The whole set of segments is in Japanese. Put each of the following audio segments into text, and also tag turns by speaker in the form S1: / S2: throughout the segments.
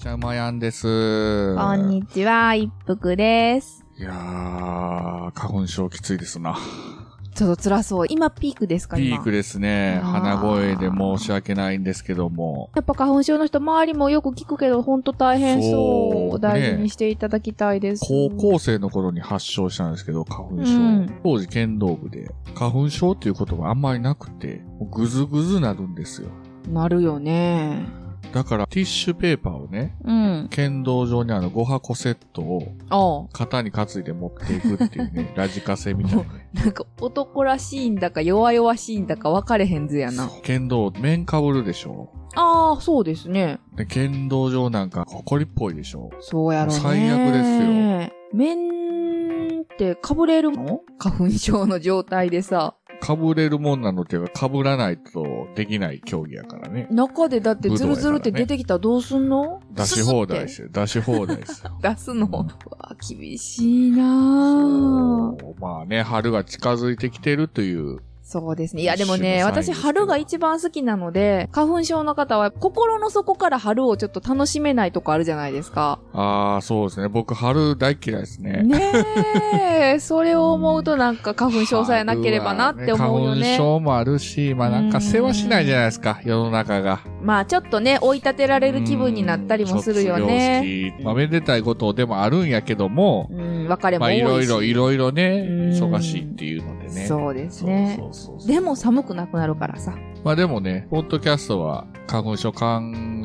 S1: ちゃまやんです。
S2: こんにちは、一服です。
S1: いやー、花粉症きついですな。
S2: ちょっと辛そう。今ピークですか
S1: ピ
S2: 今
S1: ークですね。
S2: あー
S1: 鼻声で申し訳ないんですけども。
S2: やっぱ花粉症の人、周りもよく聞くけど、ほんと大変そう。
S1: そう
S2: 大事にしていただきたいです。
S1: 高校生の頃に発症したんですけど、花粉症。
S2: うん
S1: 当時剣道部で、花粉症っていう言葉あんまりなくて、もうぐずぐずなるんですよ。
S2: なるよね。
S1: だからティッシュペーパーをね、
S2: うん。
S1: 剣道場にある5箱セットを
S2: おう
S1: 肩に担いで持っていくっていう ね、ラジカセみたいなね。
S2: なんか男らしいんだか弱々しいんだか分かれへん図やな。
S1: 剣道、面かぶるでしょ
S2: ああ、そうですね。
S1: で、剣道場なんか埃っぽいでしょ
S2: そうやろね。
S1: 最悪です
S2: よ。面って被れるの花粉症の状態でさ。
S1: かぶれるもんなのっていうか、かぶらないとできない競技やからね。
S2: 中でだってズルズルって出てきたらどうすんの
S1: 出し放題ですよ。出し放題です よ。
S2: 出す
S1: う
S2: の、
S1: ん
S2: うわ厳しいなぁ
S1: そうまあね、春が近づいてきてるという。
S2: そうですね。いやでも
S1: 一種の
S2: ね、
S1: サインです
S2: 私
S1: けど
S2: 春が一番好きなので、花粉症の方は心の底から春をちょっと楽しめないとこあるじゃないですか。
S1: ああ、そうですね。僕、春大嫌いですね。
S2: ねえ、それを思うとなんか花粉症さえなければなって思うよ
S1: 春は
S2: ね。
S1: 花粉症もあるし、まあなんか世話しないじゃないですか、世の中が。
S2: まあちょっとね、追い立てられる気分になったりもするよね。
S1: うん。卒業式まあめでたいことでもあるんやけども、
S2: うん、別れも
S1: ま
S2: 多
S1: あ
S2: い
S1: い
S2: し。
S1: ろいろ、いろいろね、
S2: うん
S1: 忙しいっていうのでね。
S2: そうですね。
S1: そうそうそうそう
S2: でも寒くなくなるからさ。
S1: まあでもね、ポッドキャストは花粉症考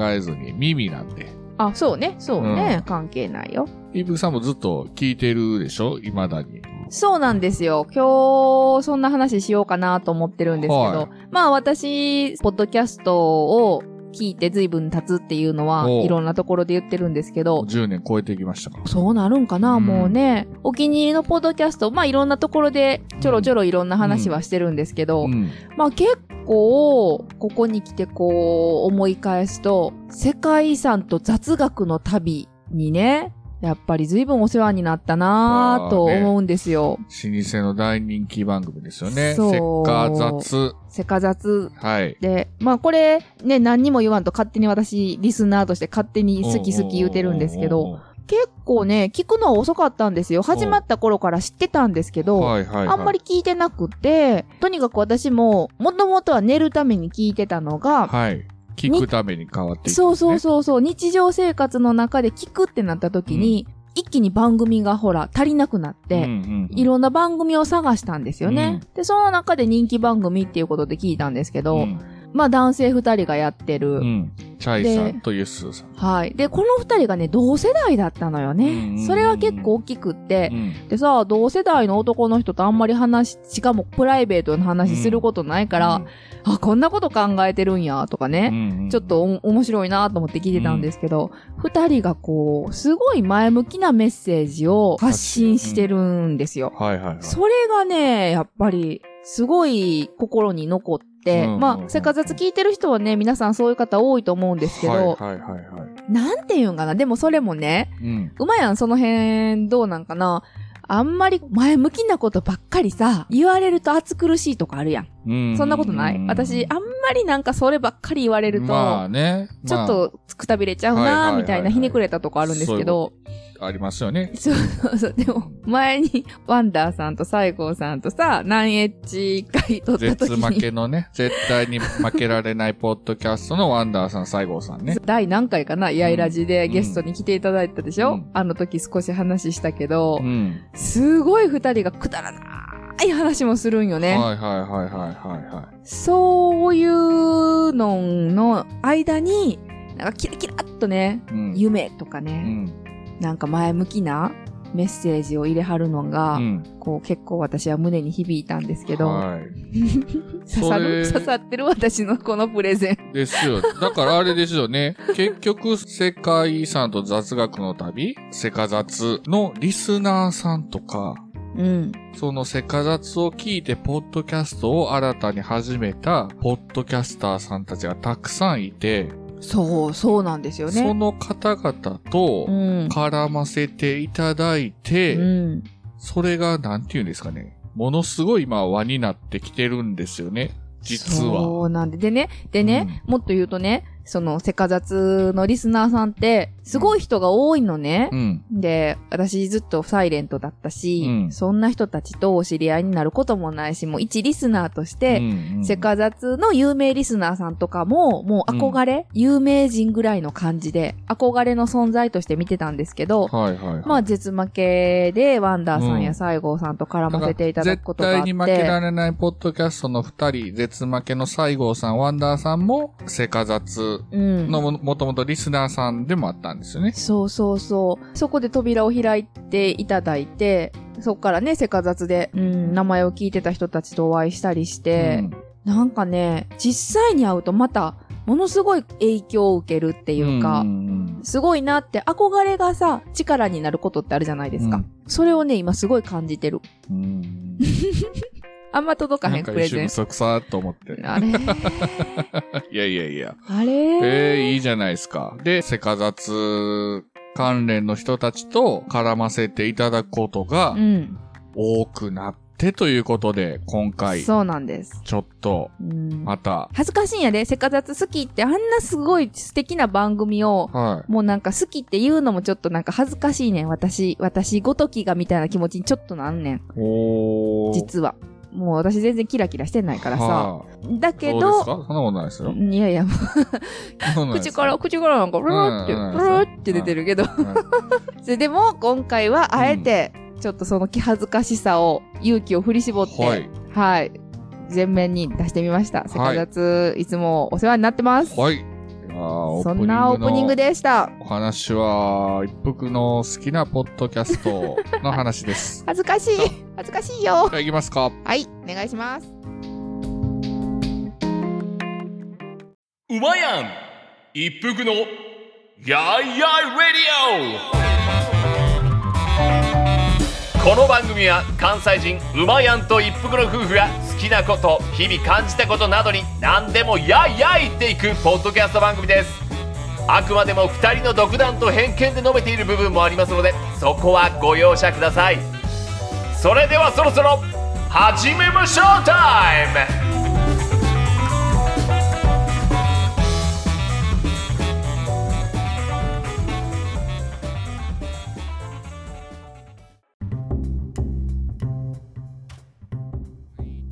S1: えずに耳なんで。
S2: あ、そうね、そうね、
S1: うん
S2: 関係ないよ。
S1: イブさんもずっと聞いてるでしょ未だに。
S2: そうなんですよ。今日、そんな話しようかなと思ってるんですけど、
S1: はい
S2: まあ私、ポッドキャストを聞いて随分経つっていうのは、
S1: おう
S2: いろんなところで言ってるんですけど、
S1: 10年超えてきましたか。
S2: そうなるんかな、
S1: うん
S2: もうね。お気に入りのポッドキャスト、まあいろんなところでちょろちょろいろんな話はしてるんですけど、
S1: うん。
S2: まあ結構、ここに来てこう思い返すと、世界遺産と雑学の旅にね、やっぱり随分お世話になったなぁと
S1: まあね
S2: 思うんですよ。
S1: 老舗の大人気番組ですよね。
S2: そう
S1: せっか雑。
S2: セカ雑
S1: はい。
S2: で、まあこれね、何にも言わんと勝手に私、リスナーとして勝手に好き好き言うてるんですけ
S1: おうお
S2: ど、
S1: う
S2: 結構ね、聞くのは遅かったんですよ。始まった頃から知ってたんですけ
S1: おうおう。
S2: ど、
S1: はいはいはい。
S2: あんまり聞いてなくて、とにかく私も、もともとは寝るために聞いてたのが、
S1: はい。聞くために変わっていく、ね。
S2: そうそうそうそう、日常生活の中で聞くってなった時に、一気に番組がほら、足りなくなって、
S1: うんうんうん
S2: いろんな番組を探したんですよね。で、その中で人気番組っていうことで聞いたんですけど、
S1: うん
S2: まあ男性二人がやってる。
S1: うん。チャイさんとユッスーさん。
S2: はい。で、この二人がね、同世代だったのよね。
S1: うんうんうん
S2: それは結構大きくって
S1: う、ん
S2: でさ、同世代の男の人とあんまり話し、しかもプライベートの話することないから、、あ、こんなこと考えてるんや、とか
S1: うん
S2: ね。
S1: うんうん
S2: ちょっとお面白いなと思って聞いてたんですけど、二、人がこう、すごい前向きなメッセージを発信してるんですよ。
S1: はいはいはい。
S2: それがね、やっぱり、すごい心に残って、
S1: うん
S2: まあ、せかざつ聞いてる人はね、皆さんそういう方多いと思うんですけど、
S1: はいはいはいはい。
S2: なんて言うんかな。でもそれもね、
S1: うん。
S2: うまやん、その辺どうなんかな。あんまり前向きなことばっかりさ、言われると暑苦しいとかあるやん。そんなことない私、あんまりなんかそればっかり言われると、
S1: まあね、
S2: ちょっとくたびれちゃう
S1: はいはいはい
S2: な
S1: はい
S2: みたいなひねくれたとこあるんですけど、
S1: まあありますよね。
S2: そうそうそう、でも前にワンダーさんと西郷さんとさ、ナンエッジ会取った
S1: 絶
S2: 時
S1: 負
S2: に、
S1: けのね、絶対に負けられないポッドキャストのワンダーさん、西郷さんね。
S2: 第何回かな、やいラジでゲストに来ていただいたでしょ、
S1: うん
S2: あの時少し話したけど、
S1: うん。
S2: すごい二人がくだらない話もするんよ
S1: はい
S2: ね。
S1: はいはいはいはいは
S2: そういうのの間に、なんかキラキラっとね、
S1: い。うん。
S2: 夢とか
S1: う
S2: ね、
S1: ん。
S2: なんか前向きなメッセージを入れはるの
S1: う
S2: が、
S1: ん。
S2: こう結構私は胸に響いたんですけど、
S1: はい。
S2: 刺さる、
S1: それ
S2: 刺さってる私のこのプレゼン。
S1: ですよ。だからあれですよね。 結局、世界遺産と雑学の旅、世界雑のリスナーさんとか、
S2: うん。
S1: そのセカザツを聞いて、ポッドキャストを新たに始めた、ポッドキャスターさんたちがたくさんいて、
S2: そう、そうなんですよ
S1: そ
S2: ね。
S1: の方々
S2: う
S1: と
S2: ん。
S1: 絡ませていただいて、
S2: うん。
S1: それが、なんて言うんですかね。ものすごい今、輪になってきてるんですよね。実は。
S2: そうなんで。でね、でね、もっと言うとね、そのセカザツのリスナーさんって、すごい人が多いのね
S1: う。ん。
S2: で、私ずっとサイレントだったし、
S1: うん
S2: そんな人たちとお知り合いになることもないし、もう一リスナーとして、
S1: うん
S2: セカザツの有名リスナーさんとかも、もう憧れ、有名人ぐらいの感じで、憧れの存在として見てたんですけど、
S1: はいはいはい。
S2: まあ、絶負けで、ワンダーさんや西郷さんと絡ませていただくことがあって。
S1: 絶対に負けられないポッドキャストの二人、絶負けの西郷さん、ワンダーさんも、セカザツ
S2: うん。
S1: のももともとリスナーさんでもあったんですよね。
S2: そうそうそう。そこで扉を開いていただいて、そこからね、せかざつで、うん、名前を聞いてた人たちとお会いしたりして、なんかね、実際に会うとまた、ものすごい影響を受けるって
S1: て
S2: いうか、すごいなって、憧れがさ、力になることってあるじゃないですか。
S1: うん
S2: それをね、今すごい感じてる。
S1: うん。
S2: あんま届か
S1: な
S2: へ
S1: ん
S2: ん、
S1: か
S2: プ
S1: 一
S2: レ
S1: 瞬
S2: ゼン。
S1: 嘘くさーっと思って。
S2: あ れ
S1: いやいやいや。
S2: あれ
S1: ええいいじゃないですか。で、セカザツ関連の人たちと絡ませていただくことが
S2: うん。
S1: 多くなってということで、今回、ち
S2: そうなんです。
S1: ょっと、
S2: うん
S1: また、
S2: 恥ずかしいんやで、せかざつ好きってあんなすごい素敵な番組を、
S1: は
S2: もうなんか好きって言うのもちょっとなんか恥ずかしいねん。私、私ごときがみたいな気持ちにちょっとなんねん。
S1: い。おー。
S2: 実は。もう私全然キラキラしてないからさ。
S1: はあ
S2: だけ
S1: そうです
S2: ど、
S1: かそんなことないですよ。
S2: いやいや、
S1: そんなことないです
S2: 口から、口からなんか、ブルーって、ブ
S1: うん
S2: ルーって出てるけど。 それでも、今回はあえて、ちょっとその気恥ずかしさを、勇気を振り絞って、
S1: は
S2: はいい。前面に出してみました。せかざつ、いつもお世話になってます。
S1: はい。いやーオープ
S2: そ
S1: ニングの
S2: んなオープニングでした。
S1: お話は、一服の好きなポッドキャストの話で す。
S2: 恥ずかしい
S1: そう。
S2: 恥ずかしいよ
S1: じ。ゃあ行きますか。
S2: はい、お願いします。
S3: うまやん一服のやいやいレディオこの番組は関西人うまやんと一服の夫婦が好きなこと日々感じたことなどに何でもやいやい言っていくポッドキャスト番組ですあくまでも2人の独断と偏見で述べている部分もありますのでそこはご容赦くださいそれではそろそろ始めましょうタイム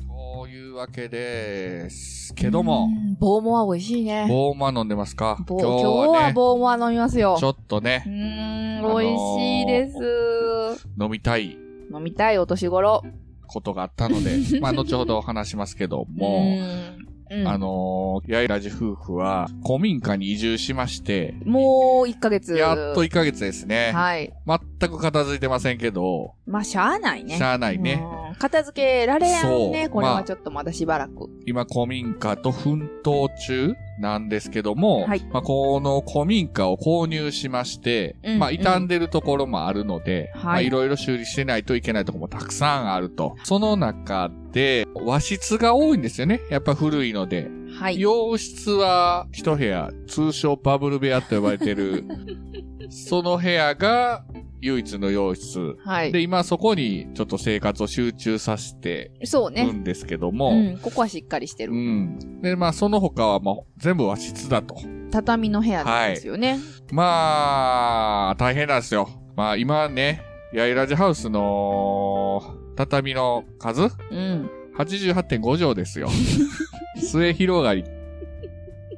S1: というわけです。けども、
S2: うん、ボーモア美味しいね。
S1: ボーマ飲んでますか
S2: ボー今日はボーモア飲みますよ
S1: ち。ょっと
S2: う
S1: ね、
S2: ーん、
S1: あのー
S2: 美味しいです。
S1: 飲みたい
S2: 飲みたいお年頃。
S1: ことがあったの で、まあ、後ほどお話しますけども、
S2: うーん、うん
S1: あのー、やいらじ夫婦は、古民家に移住しまして、
S2: もう1ヶ月。
S1: やっと1ヶ月ですね。
S2: はい。
S1: 全く片付いてませんけど、
S2: まあ、しゃあないね。
S1: しゃあないね。
S2: うん。片付けられやん
S1: そ
S2: ね。
S1: う
S2: これ
S1: まあ
S2: はちょっとまだしばらく。
S1: 今、古民家と奮闘中なんですけども、
S2: はい
S1: まあ、この古民家を購入しまして、
S2: うん
S1: まあ、傷んでるところもあるので、
S2: はい
S1: まあいろいろ修理してないといけないところもたくさんあると。その中で、和室が多いんですよね。やっぱ古いので。
S2: はい。
S1: 洋室は一部屋、通称バブル部屋と呼ばれて る、その部屋が唯一の洋室。
S2: はい
S1: で、。今そこにちょっと生活を集中させて
S2: そう
S1: る
S2: ね。
S1: んですけど
S2: う
S1: も、
S2: ん。ここはしっかりして
S1: う
S2: る。
S1: ん。で、まあ、その他は、まあ、全部和室だと。
S2: 畳の部屋なんですよね。
S1: まあ、大変なんですよ。まあ、今ね、ヤイラジハウスの畳の数
S2: うん。
S1: ?88.5 畳です よ。末広がり。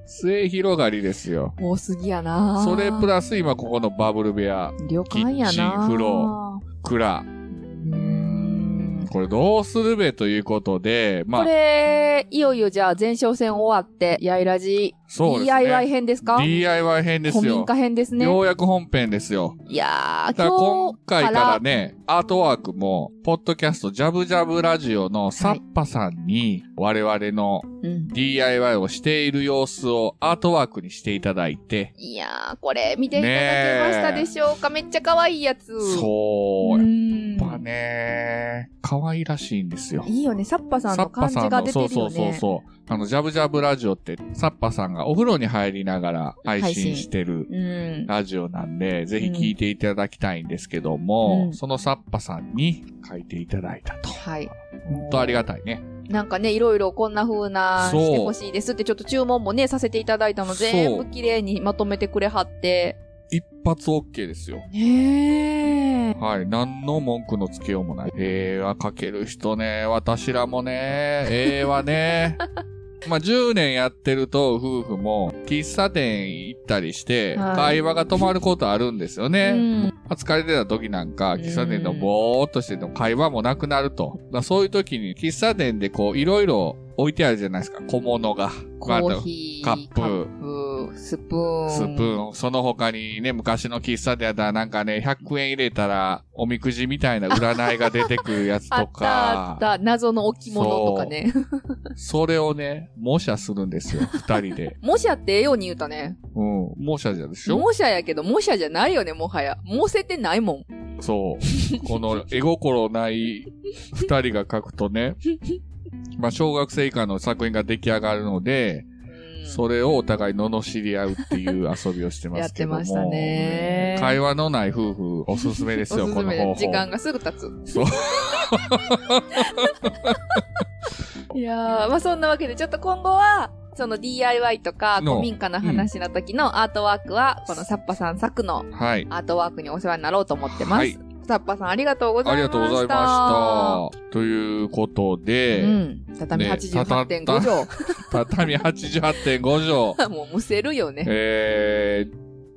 S1: 末広がりですよ。
S2: 多すぎやな
S1: それプラス今ここのバブル部屋、
S2: 旅館やな
S1: キッチン風呂蔵。
S2: うーん
S1: これどうするべということで、ま
S2: こ
S1: あ、
S2: れ、いよいよじゃあ前哨戦終わって、やいらじ、
S1: そうですね。
S2: DIY 編ですか
S1: DIY 編です
S2: 古
S1: よ
S2: 民。家編ですね。
S1: ようやく本編ですよ。
S2: いや
S1: だ
S2: ー、
S1: から
S2: 今
S1: 今
S2: 日
S1: 回からね、アートワークも、ポッドキャストジャブジャブラジオのサッパさんに、我々の
S2: うん。
S1: DIY をしている様子をアートワークにしていただいて、
S2: いやー、これ見ていただけましたでしょうか、めっちゃ可愛いやつ。う
S1: そうう、やっ
S2: ーん。
S1: ぱがね、可愛らしいんですよ。
S2: いいよね。サッパさん
S1: サ
S2: の
S1: ッパ
S2: 感
S1: さ
S2: じ
S1: んの
S2: が出
S1: そう
S2: てる
S1: そ
S2: よ
S1: うそう
S2: ね。
S1: そう。あの、ジャブジャブラジオって、サッパさんがお風呂に入りながら配
S2: 配信
S1: 信してる
S2: うん。
S1: ラジオなんで、ぜひ聞いていただきたいんですけども、
S2: うん
S1: そのサッパさんに書いていただいたと。
S2: はい。
S1: 本当ありがたいね。
S2: なんかね、いろいろこんな風な
S1: そう
S2: してほしいですって、ちょっと注文もね、させていただいたの、
S1: そう
S2: 全部綺麗にまとめてくれはって。
S1: 一発 OK ですよ。
S2: ねえ。
S1: はい。何の文句のつけようもない。絵は描ける人ね。私らもね。絵は ね。まあ、10年やってると、夫婦も、喫茶店行ったりして、
S2: はい
S1: 会話が止まることあるんですよね。
S2: うん
S1: まあ疲れてた時なんか、喫茶店のぼーっとしてても会話もなくなると。まあそういう時に、喫茶店でこう、いろいろ置いてあるじゃないですか。小物が。
S2: コーヒー、
S1: カップ
S2: ップスプーン。
S1: スプーン、その他にね、昔の喫茶店だったらなんかね、100円入れたら、おみくじみたいな占いが出てくるやつ
S2: あ
S1: と
S2: ったあ
S1: か
S2: っ、た、謎の置物とかね。
S1: それをね、模写するんですよ、二人 で。
S2: 模写ってええように言うたね。
S1: うん、模写じゃでしょ
S2: 模写やけど、模写じゃないよね、もはや。模せてないもん。
S1: そう。この絵心ない二人が描くと ね、まあ、小学生以下の作品が出来上がるので、
S2: うん
S1: それをお互い罵り合うっていう遊びをしてますけども。
S2: やってましたね
S1: 会話のない夫婦、おすすめです
S2: お
S1: よ、
S2: す
S1: こ
S2: す
S1: の
S2: め
S1: 方
S2: で
S1: 法。
S2: す。時間がすぐ経つ。
S1: そう
S2: いやー、まあそんなわけで、ちょっと今後は、その DIY とか
S1: の
S2: 古民家の話の時のアートワークは、このサッパさん作の
S1: はい。
S2: アートワークにお世話になろうと思ってます。
S1: はい
S2: サッパさんありがとうござ
S1: あ
S2: い
S1: り
S2: ま
S1: が
S2: し
S1: とうご
S2: た。
S1: ざいました。ということで、
S2: うん。畳
S1: ね
S2: 88.5
S1: 畳88.5
S2: 畳。もうむせるよね
S1: 畳、。え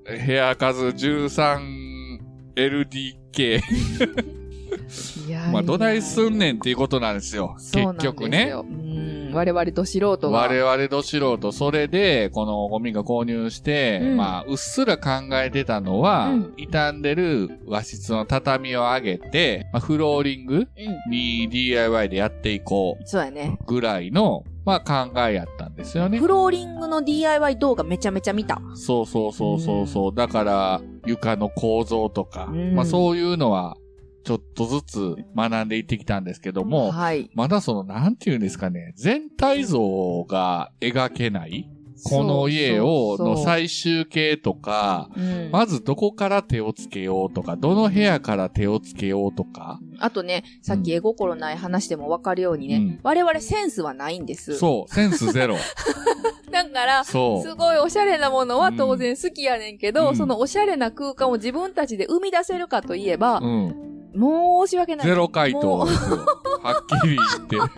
S1: ー、部屋数 13LDK。
S2: いやー
S1: まあ、どないすんねんっていうことなんですよ。
S2: そう
S1: 結
S2: なんですよ
S1: 局ね。
S2: うん。我々と素人が。
S1: 我々ど素人、それで、このゴミが購入して、
S2: うん
S1: まあ、うっすら考えてたのは、
S2: うん
S1: 傷んでる和室の畳を上げて、まあ、フローリング
S2: うん。
S1: に DIY でやっていこ
S2: そうやね。
S1: うぐらいの、まあ、考えやったんですよね
S2: フ。ローリングの DIY 動画めちゃめちゃ見た。
S1: そうそうそうそうそう。だから、床の構造とか、
S2: うん
S1: まあそういうのは、ちょっとずつ学んでいってきたんですけども、
S2: はい。
S1: まだその、なんていうんですかね、全体像が描けない、この家を、
S2: そうそう
S1: の
S2: そう
S1: 最終形とか、
S2: うん
S1: まずどこから手をつけようとか、どの部屋から手をつけようとか、
S2: あとね、さっき絵心ない話でも分かるようにね、
S1: うん
S2: 我々センスはないんです。
S1: そう、センス ゼロ。
S2: だから、す
S1: そう。
S2: ごいおしゃれなものは当然好きやねんけど、
S1: うん
S2: そのおしゃれな空間を自分たちで生み出せるかといえば、
S1: うん。
S2: 申し訳ない。
S1: ゼロ回答
S2: もう
S1: ですよ。はっきり言 って。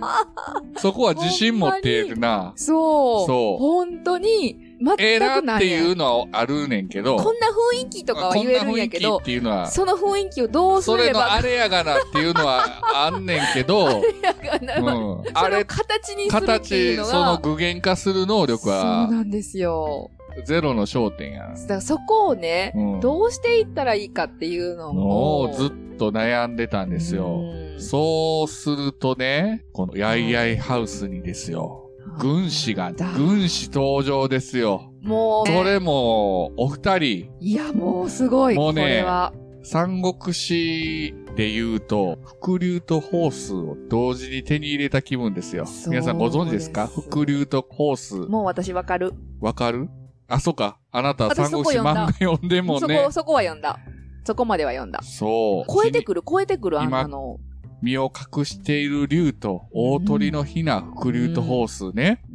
S1: そこは自信持っているな。
S2: そう。
S1: そう
S2: 本当に、全
S1: ええな
S2: く
S1: っ
S2: な
S1: て
S2: いねん
S1: いうのはあるねんけど、
S2: こんな雰囲気とかは言えるんやけ
S1: こんな雰囲
S2: ど
S1: 気っ、ていうのは、
S2: その雰囲気をどうす
S1: それ
S2: れ
S1: の
S2: ば、
S1: あれやがなっていうのはあんねんけ ど、
S2: やがな
S1: うん、あ
S2: それ
S1: れ
S2: を、形にするってい
S1: 形、
S2: うのが、
S1: その具現化する能力は
S2: そう、なんですよ。
S1: ゼロの焦点やな。
S2: だからそこをね、
S1: うん
S2: どうしていったらいいかっていうの
S1: も
S2: を。
S1: うずっと悩んでたんですよ。そうするとね、このヤイヤイハウスにですよ。
S2: うん。
S1: 軍師が、
S2: だ
S1: 軍師登場ですよ。
S2: もう、
S1: それも、お二人、
S2: いや、もうすごい、
S1: もう
S2: こ
S1: ね
S2: れは。
S1: 三国志で言うと、伏流とホースを同時に手に入れた気分ですよ。
S2: そう
S1: 皆さんご存知ですか
S2: です
S1: 伏流とホース。
S2: もう私わかる。
S1: わかるあ、そっか。あなた三
S2: 私そ
S1: 国
S2: こ
S1: 志
S2: 読んだ
S1: 漫画読んでも
S2: そ
S1: ね
S2: こ、。そこは読んだ。そこまでは読んだ。
S1: そう。
S2: 超えてくる、超えてくる、あ
S1: 今
S2: のあの、
S1: 身を隠している竜と大鳥のヒナ、伏流とホースね。
S2: うん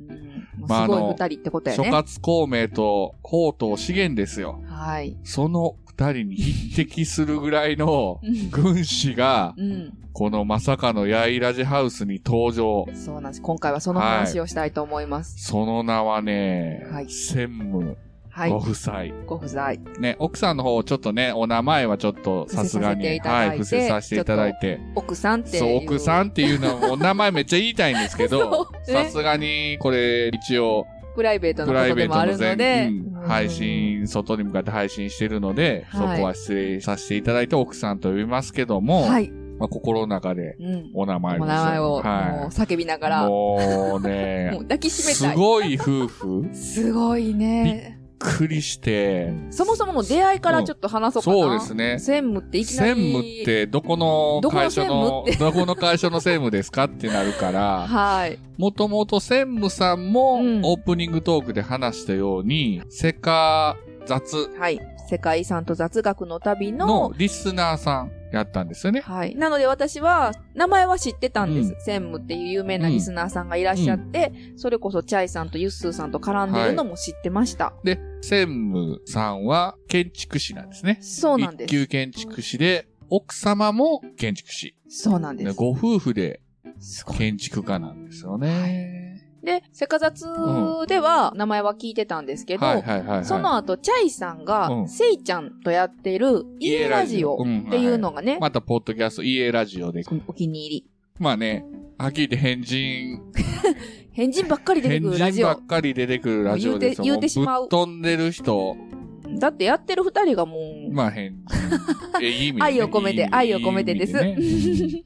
S2: もう
S1: まあ
S2: すご
S1: あの
S2: い二人ってことや
S1: 諸
S2: ね。
S1: 葛孔明と宝刀資源ですよ。
S2: はい。
S1: その二人に匹敵するぐらいの
S2: うん
S1: 軍師が、
S2: うん。
S1: このまさかのヤイラジハウスに登場。
S2: そうなんです。今回はその
S1: はい
S2: 話をしたいと思います。
S1: その名はね、
S2: はい
S1: 専務
S2: はい。
S1: ご夫妻、
S2: ご不在。
S1: ね、奥さんの方、ちょっとね、お名前はちょっとさすがに、
S2: 伏せさせていただ
S1: はい
S2: て
S1: い、伏せさせていただいて。
S2: 奥さんっていう。
S1: そう、奥さんっていうのは、お名前めっちゃ言いたいんですけど
S2: そ、うね
S1: さすがに、これ、一応、
S2: プライベート
S1: プ
S2: のこ
S1: ライ
S2: と
S1: ベ
S2: で
S1: ー
S2: もあ
S1: トの
S2: るの
S1: 全、
S2: で
S1: うん、配。信、外に向かって配信してるので、
S2: はい
S1: そこは失礼させていただいて、奥さんと呼びますけど
S2: うん
S1: も、
S2: はい。
S1: まあ、心の中で、
S2: うん。
S1: お名前
S2: お
S1: です
S2: 名前を、もう
S1: は
S2: 叫びなが
S1: い。
S2: ら、も
S1: もう
S2: う
S1: ね、
S2: 抱きしめ
S1: す
S2: たい。
S1: ごい夫婦
S2: すごいね。
S1: くりして、
S2: そもそもの出会いからちょっと話そうかな。
S1: そうですね
S2: 専務っていきなり。
S1: 専務ってどこの会社の、どこの会社の専務ですかってなるから、
S2: はい。
S1: もともと専務さんも
S2: うん
S1: オープニングトークで話したように、セカ雑
S2: はい。世界遺産と雑学の旅の
S1: の、リスナーさんやったんですよね。
S2: はい。なので私は、名前は知ってたんです。
S1: う
S2: 専務っていう有名なリスナーさんがいらっしゃって、それこそチャイさんとユッスーさんと絡んでるのも知ってました。
S1: で、専務さんは建築士なんですね。
S2: そうなんで
S1: 一級
S2: す。
S1: 建築士で、奥様も建築士。
S2: そうなんです。
S1: ご夫婦です
S2: ごい。
S1: 建築家なんですよね。
S2: で、セカザツでは名前は聞いてたんですけど、
S1: はいはいはい、はい。
S2: その後、チャイさんが、
S1: うん
S2: セイちゃんとやってる、家ラジオ
S1: ん
S2: っていうのがね、
S1: また、ポッドキャスト、家ラジオで。
S2: お気に入
S1: まあね、はっきり言って変人、
S2: り。変人ばっかり出て
S1: 変
S2: くるラジ
S1: 人ば
S2: オ
S1: っ。かり出てくるラジオですよ
S2: 言うて言うてしまう
S1: ぶっ飛んでる人、
S2: だってやってる二人がもう、
S1: まあ変 人。え、いい意味でね、
S2: 愛を込め
S1: いい意
S2: て
S1: 味、
S2: 愛を込めてです。
S1: いい意味でね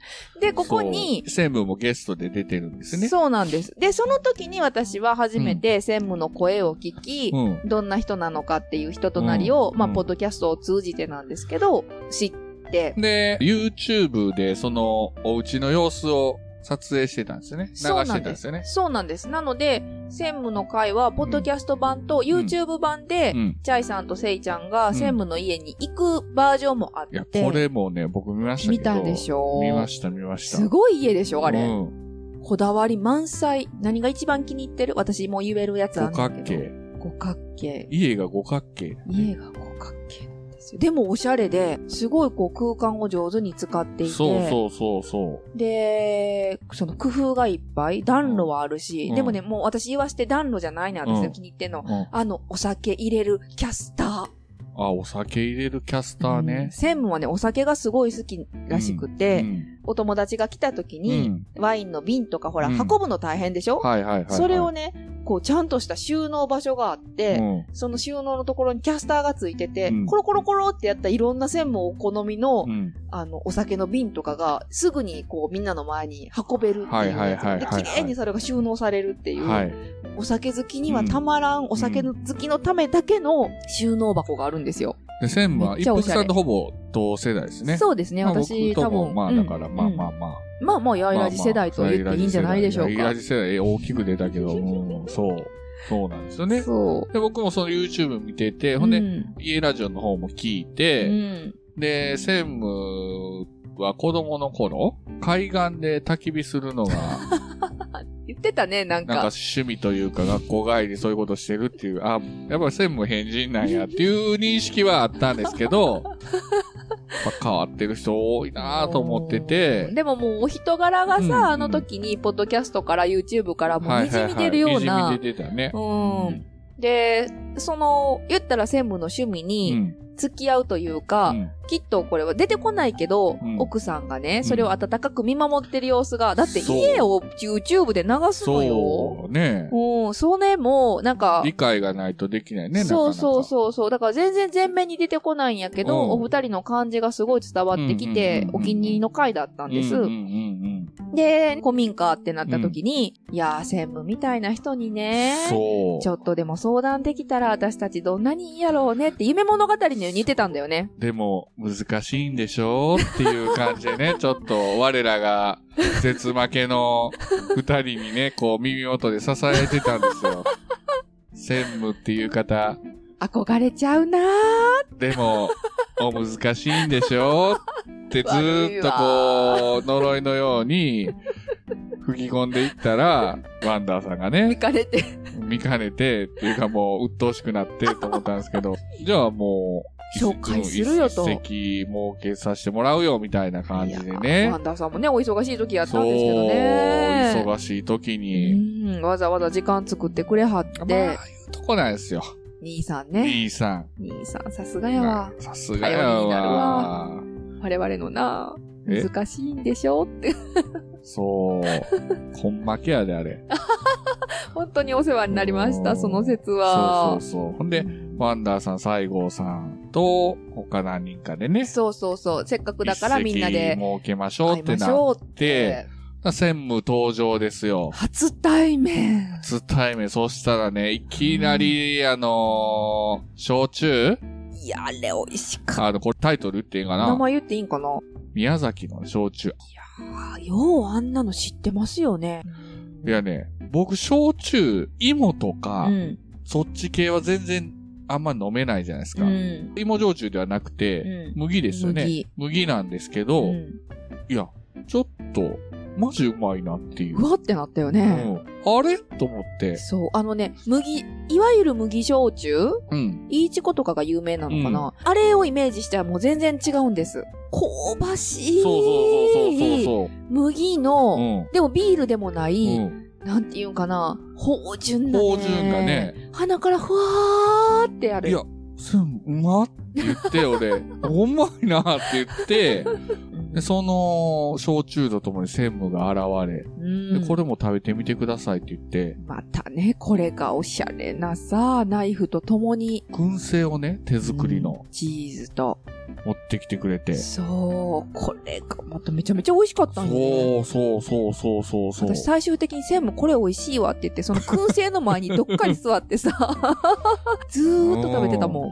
S2: で、ここに
S1: そう、専務もゲストで出てるんですね。
S2: そうなんです。で、その時に私は初めて専務の声を聞き、
S1: うん。
S2: どんな人なのかっていう人となりを、
S1: うん
S2: まあ、
S1: うん
S2: ポッドキャストを通じてなんですけど、知って、
S1: で、YouTube でそのお家の様子を撮影してたんですよね。流して
S2: そう
S1: た
S2: なんんで
S1: です
S2: す
S1: よね。
S2: そうなんです。なので、専務の会は、ポッドキャスト版と YouTube 版で、
S1: うん。
S2: チャイさんとセイちゃんが専務の家に行くバージョンもあっ
S1: いや、
S2: て、
S1: これもね、僕見ましたけ
S2: 見
S1: ど。
S2: たでしょ
S1: 見ました、見ました。
S2: すごい家でしょあれ、
S1: うん。
S2: こだわり満載。何が一番気に入ってる私もう言えるやつあ
S1: 五
S2: るんだ
S1: 角
S2: けど。
S1: 形。
S2: 五角形。
S1: 家が五角形。
S2: 家が五角形なんですよ。でもおしゃれで、すごいこう空間を上手に使っていて、
S1: そうそうそうそう。
S2: で、その工夫がいっぱい、暖炉はあるし、
S1: うん
S2: でもね、もう私言わして暖炉じゃないなんですよ、
S1: うん
S2: 気に入ってんの。
S1: うん
S2: あの、お酒入れるキャスター。
S1: あ、お酒入れるキャスター
S2: うん
S1: ね。
S2: 専務はね、お酒がすごい好きらしくて、
S1: うん
S2: お友達が来た時
S1: う
S2: に、
S1: ん。
S2: ワインの瓶とかほら、
S1: うん
S2: 運ぶの大変でしょ、
S1: はいはいはいはい。
S2: それをね、こう、ちゃんとした収納場所があって、
S1: うん、
S2: その収納のところにキャスターがついてて、
S1: うん
S2: コロコロコロってやったいろんな専務お好みの、
S1: うん。
S2: あの、お酒の瓶とかが、すぐにこう、みんなの前に運べるって
S1: はいいうはい
S2: や
S1: はいはい
S2: つ。で、綺麗にそれが収納されるっていう、
S1: はい。
S2: お酒好きにはたまらん、お酒の好きのためだけの収納箱があるんですよ。
S1: で、専務は、
S2: めっ
S1: 一
S2: ちゃお
S1: 服
S2: しゃれ
S1: さんとほぼ同世代ですね。
S2: そうですね、
S1: まあ
S2: 私、
S1: 僕
S2: 多
S1: とも
S2: 分。
S1: まあ、
S2: うん
S1: だから、まあまあ
S2: うん
S1: まあ。
S2: まあまあ、やいらじ世代と言っていいんじゃないでしょう
S1: やい。
S2: から
S1: じ世代、え大きく出たけど、うん、そう。そうなんですよね。
S2: そ
S1: で、僕もその YouTube 見てて、
S2: う。
S1: ほんで、
S2: うん
S1: 家ラジオの方も聞いうて、
S2: ん。
S1: で、専務は子供の頃、海岸で焚き火するのが、
S2: 言ってたね、な
S1: な
S2: ん
S1: んか
S2: か。
S1: 趣味というか学校帰りそういうことしてるっていう、あ、やっぱり専務変人なんやっていう認識はあったんですけ ど、やっぱ変わってる人多いなと思ってて、
S2: でももうお人柄がさ、
S1: うんうん
S2: あの時に、ポッドキャストから YouTube からもう
S1: はいはい
S2: 滲
S1: はい
S2: み出るような。
S1: にじみ出てたね。
S2: うん。で、その、言ったら専務の趣味
S1: う
S2: に
S1: ん。
S2: 付き合うというか、
S1: うん
S2: きっとこれは出てこないけど、
S1: うん
S2: 奥さんがね、
S1: ん
S2: それを温かく見守ってる様子が、だって
S1: そう
S2: 家を YouTube で流すのよ。
S1: そうね。
S2: うん、それも、なんか、
S1: 理解がないとできないね、なかな
S2: そ
S1: か
S2: うそうそうそう。だから全然前面に出てこないんやけど、
S1: うん
S2: お二人の感じがすごい伝わってき
S1: うん
S2: て
S1: う、んうんうん
S2: お気に入りの回だったんです。
S1: うんうんうん
S2: で、古民家ってなった時に、いやー、専務みたいな人に
S1: うん
S2: ね、
S1: そう。
S2: ちょっとでも相談できたら私たちどんなにいいやろうねって夢物語に似てたんだよね。
S1: でも、難しいんでしょうっていう感じでね、ちょっと我らが、絶負けの二人にね、こう耳元で支えてたんですよ。専務っていう方、
S2: 憧れちゃうなー
S1: でも、お難しいんでしょうってずーっとこう、呪いのように、吹き込んでいったら、ワンダーさんがね
S2: 行、かれて。
S1: 見かねて、っていうかもう、鬱陶しくなってと思ったんですけ ど、じゃあもう、
S2: 紹介するよと
S1: 一席設けさせてもらうよ、みたいな感じで
S2: いやー
S1: ね
S2: ワ。ンダーさんもね、お忙しい時やった
S1: そ
S2: ん
S1: う、
S2: ですけどね。
S1: 忙しい時に。
S2: うん、わざわざ時間作ってくれはっ
S1: まあ、
S2: て
S1: あ、あいうとこなんですよ。
S2: 兄さんね。
S1: 兄さん。
S2: 兄さん、さすがやわ。
S1: さすがや
S2: 頼りになる
S1: わ。
S2: 我々のな、
S1: え
S2: 難しいんでしょって、
S1: そう。ほんまけやで、あれ。
S2: 本当にお世話になりまし
S1: う
S2: た、
S1: ん
S2: その説
S1: そ
S2: は
S1: う。そうそう。ほんで、ワンダーさん、西郷さんと、他何人かでね。
S2: そうそうそう。せっかくだからみんな
S1: 一
S2: で
S1: 席設けましょう
S2: 会
S1: っ
S2: い
S1: て
S2: まし
S1: なっ
S2: ょうってて。
S1: ら専務登場ですよ。
S2: 初対面。
S1: 初対面、そしたらね、いきなり、あのー焼酎
S2: いや、あれ美味しかっ
S1: あの、これタイトル言っていいんか
S2: た。名
S1: な
S2: 前言っていいんかな
S1: 宮崎の焼酎。
S2: あようあんなの知ってますよね。
S1: いやね、僕、焼酎、芋と
S2: う
S1: か、
S2: ん。
S1: そっち系は全然あんま飲めないじゃないです
S2: う
S1: か。
S2: ん。
S1: 芋焼酎ではなくて、
S2: うん
S1: 麦ですよね。
S2: 麦
S1: 麦なんですけど、
S2: うん
S1: いや、ちょっと、マジうまいなっていう。
S2: うわってなったよね。
S1: うん、あれと思って。
S2: そう。あのね、麦、いわゆる麦焼酎
S1: うん。
S2: いいちごとかが有名なのかな、あれをイメージしたらもう全然違うんです。香ばしい。
S1: そうそうそうそうそう
S2: 麦
S1: そう。う
S2: の、
S1: ん。
S2: でもビールでもない、
S1: うん
S2: なんていうんかな、芳醇だね。
S1: 芳醇が。ね、
S2: 鼻からふわーってある。
S1: いや、すん、うまって言って、俺、うまいなって言って、
S2: うん、
S1: でその、焼酎とともに専務が現れ、
S2: うん、
S1: でこれも食べてみてくださいって言って、
S2: またね、これがおしゃれなさ、ナイフと共に。
S1: 燻製をね、手作りの
S2: うんチーズと。
S1: 持ってきてくれて、
S2: そう、これがまためちゃめちゃ美味しかったんよね。
S1: そうそうそうそうそうそう。
S2: 私最終的に専務これ美味しいわって言って、その燻製の前にどっかに座っ てさ、ずーっと食べてたもん。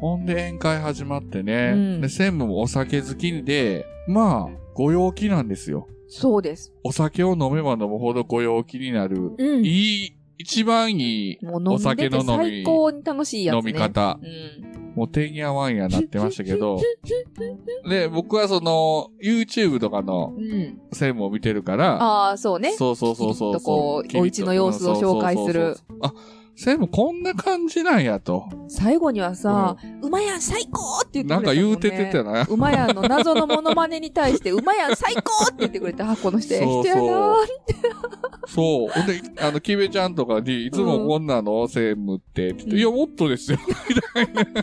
S1: ほんで宴会始まってね、
S2: うん
S1: で、専務もお酒好きで、まあ、ご陽気なんですよ。
S2: そうです。
S1: お酒を飲めば飲むほどご陽気になる、
S2: うん。
S1: いい、一番いい
S2: もう飲んで
S1: お酒の
S2: て
S1: 飲み
S2: 最高に楽しいやつ、ね。
S1: 飲み。方。
S2: うん。
S1: もうてんやわんやなってましたけど、で、僕はその、YouTube とかの
S2: うん。
S1: 専務を見てるから、
S2: ああ、そうね。
S1: そうそうそうそう
S2: きりっとこう
S1: きりっと
S2: お家の様子を紹介する。
S1: うんそうそうそうそうあ、専務こんな感じなんやと。
S2: 最後にはさ、うまやん最高って言ってくれ
S1: な
S2: たも
S1: ん
S2: ん、ね。
S1: か言うててた な。
S2: うまやんの謎のモノマネに対して、うまやん最高って言ってくれて、あ、この人、ええ
S1: そう
S2: 人やな
S1: そうそう。ほんで、あの、キベちゃんとかに、いつもこんなの、専務って、って言っていや、もっと ですよ、みたい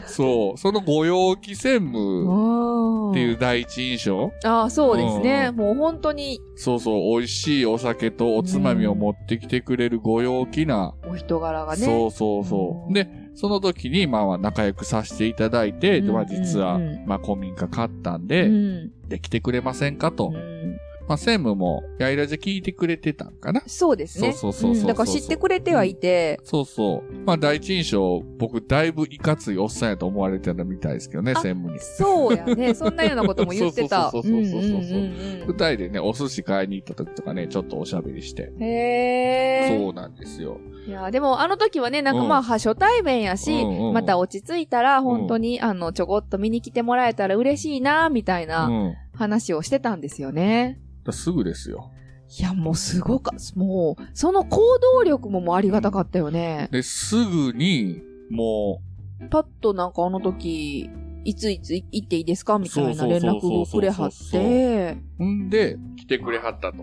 S1: な。そう。そのご陽気専務
S2: ー
S1: っていう第一印象
S2: ああ、そうですね。
S1: うん
S2: もう本当に
S1: そうそう、美味しいお酒とおつまみを持ってきてくれるご陽気な、
S2: お人柄がね。
S1: そうそうそうう。
S2: ん
S1: で、その時に、まあまあ仲良くさせていただいて、
S2: うん
S1: まあ実は
S2: うんう、
S1: まあ古民家買ったん
S2: う
S1: で、
S2: ん
S1: で来てくれませんか
S2: う
S1: と。
S2: ん
S1: まあ専務も、やいらじゃ聞いてくれてたんかな
S2: そうですね。
S1: そうそうそうそうそうん
S2: だから知ってくれてはいて、
S1: そうそう。まあ、第一印象、僕、だいぶいかついおっさんやと思われてたみたいですけどね、
S2: あ
S1: 専務に。
S2: そうや ね。そんなようなことも言ってた。
S1: そうそうそうそうそうそう
S2: うんうん
S1: 二人でね、お寿司買いに行った時とかね、ちょっとおしゃべりして。
S2: うんへー。
S1: そうなんですよ。
S2: いや、でもあの時はね、なんか
S1: うん
S2: まあ、初対面やし、
S1: うんうん。
S2: また落ち着いたら、本当に、あの、ちょこっと見に来てもらえたら嬉しいな、みたいうなん話をしてたんですよね。
S1: だすぐですよ。
S2: いや、もうすごか、もう、その行動力ももうありがたかったよね。
S1: で、すぐに、も
S2: パッとなんかあの時、いついつ行っていいですかみたい
S1: そう
S2: な
S1: そう
S2: 連
S1: そう
S2: 絡
S1: そう
S2: を
S1: そう
S2: くれはって、
S1: う、んで、来てくれはったと。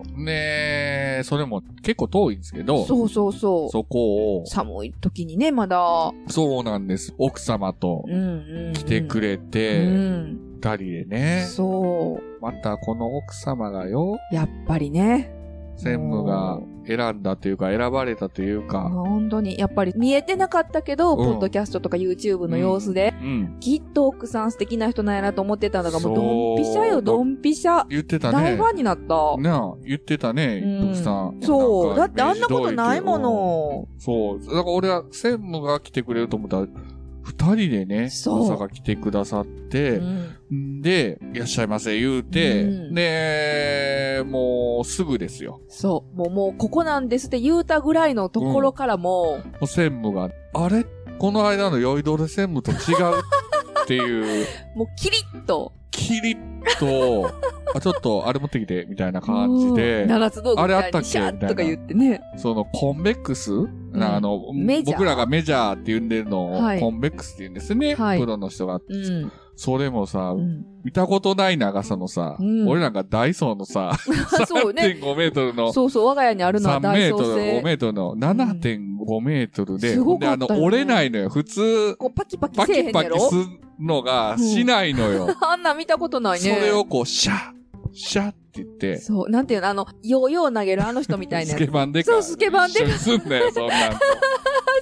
S1: ねそれも結構遠いんですけど、
S2: そうそうそう。
S1: そこを、
S2: 寒い時にね、まだ。
S1: そうなんです。奥様と
S2: うんうん、うん。
S1: 来てくれ
S2: う
S1: て、
S2: ん。
S1: 二人でね、
S2: そう。
S1: またこの奥様がよ、
S2: やっぱりね。
S1: 専務が選んだというか、選ばれたというか、
S2: 本当に、やっぱり見えてなかったけど、
S1: うん
S2: ポッドキャストとか YouTube の様子で、
S1: うん。
S2: きっと奥さん素敵な人なんやなと思ってたのが、もう
S1: そう
S2: ドンピシャよ、ドンピシャ。
S1: 言ってた
S2: 大
S1: ね
S2: フ。ァンになった。
S1: なあ、言ってたね、
S2: うん
S1: 一服さん。
S2: そう。
S1: な
S2: だっ
S1: か
S2: てあんなことないも。
S1: イメージ通りというかそ
S2: の。
S1: う。だから俺は専務が来てくれると思ったら、二人でね、
S2: そう
S1: 朝が来てくださって
S2: う、ん
S1: で、いらっしゃいませ言うて、
S2: うん
S1: で、もうすぐですよ。
S2: そう。もう、もう、ここなんですって言うたぐらいのところからも
S1: もう専務が、あれこの間の酔いどれ専務と違うって いう。
S2: う、もう、キリッと。
S1: キリッと、あ、ちょっと、あれ持ってきて、みたいな感じ
S2: うん
S1: で、
S2: 七つ道具み
S1: あれあ
S2: た
S1: っ
S2: い
S1: たっ
S2: に
S1: け
S2: シャーとか言ってね。
S1: その、コンベックス、あの、
S2: メジャー
S1: 僕らがメジャーって呼んでるのを、
S2: はい
S1: コンベックスって言うんですね。
S2: はい
S1: プロの人が。
S2: うん。
S1: それもさ、
S2: うん
S1: 見たことない長さのさ、
S2: うん
S1: 俺なんかダイソーのさ、
S2: そう よね。
S1: 3.5メートルの、
S2: そうそう、我が家にあるのは
S1: 3
S2: ダイ
S1: メー
S2: ソ
S1: トル、
S2: ー製。
S1: 5メートルの、7.5メートルで、
S2: すご
S1: で、
S2: か
S1: あ
S2: った
S1: の
S2: よね、
S1: 折れないのよ。普通、
S2: こう、パキパキ
S1: パ
S2: せえへん
S1: キパ
S2: や
S1: キ
S2: ろ
S1: すんのが、しないのよ。
S2: あんなん見たことない
S1: そ
S2: ね。
S1: れをこう、シャッ、シャッって言って、
S2: そう、なんていうの、あの、ヨーヨー投げるあの人みたいな
S1: ス
S2: や
S1: ケ
S2: つ。
S1: バンでか。
S2: そうスケバンデカ
S1: 一緒にすんなよ、そんなん。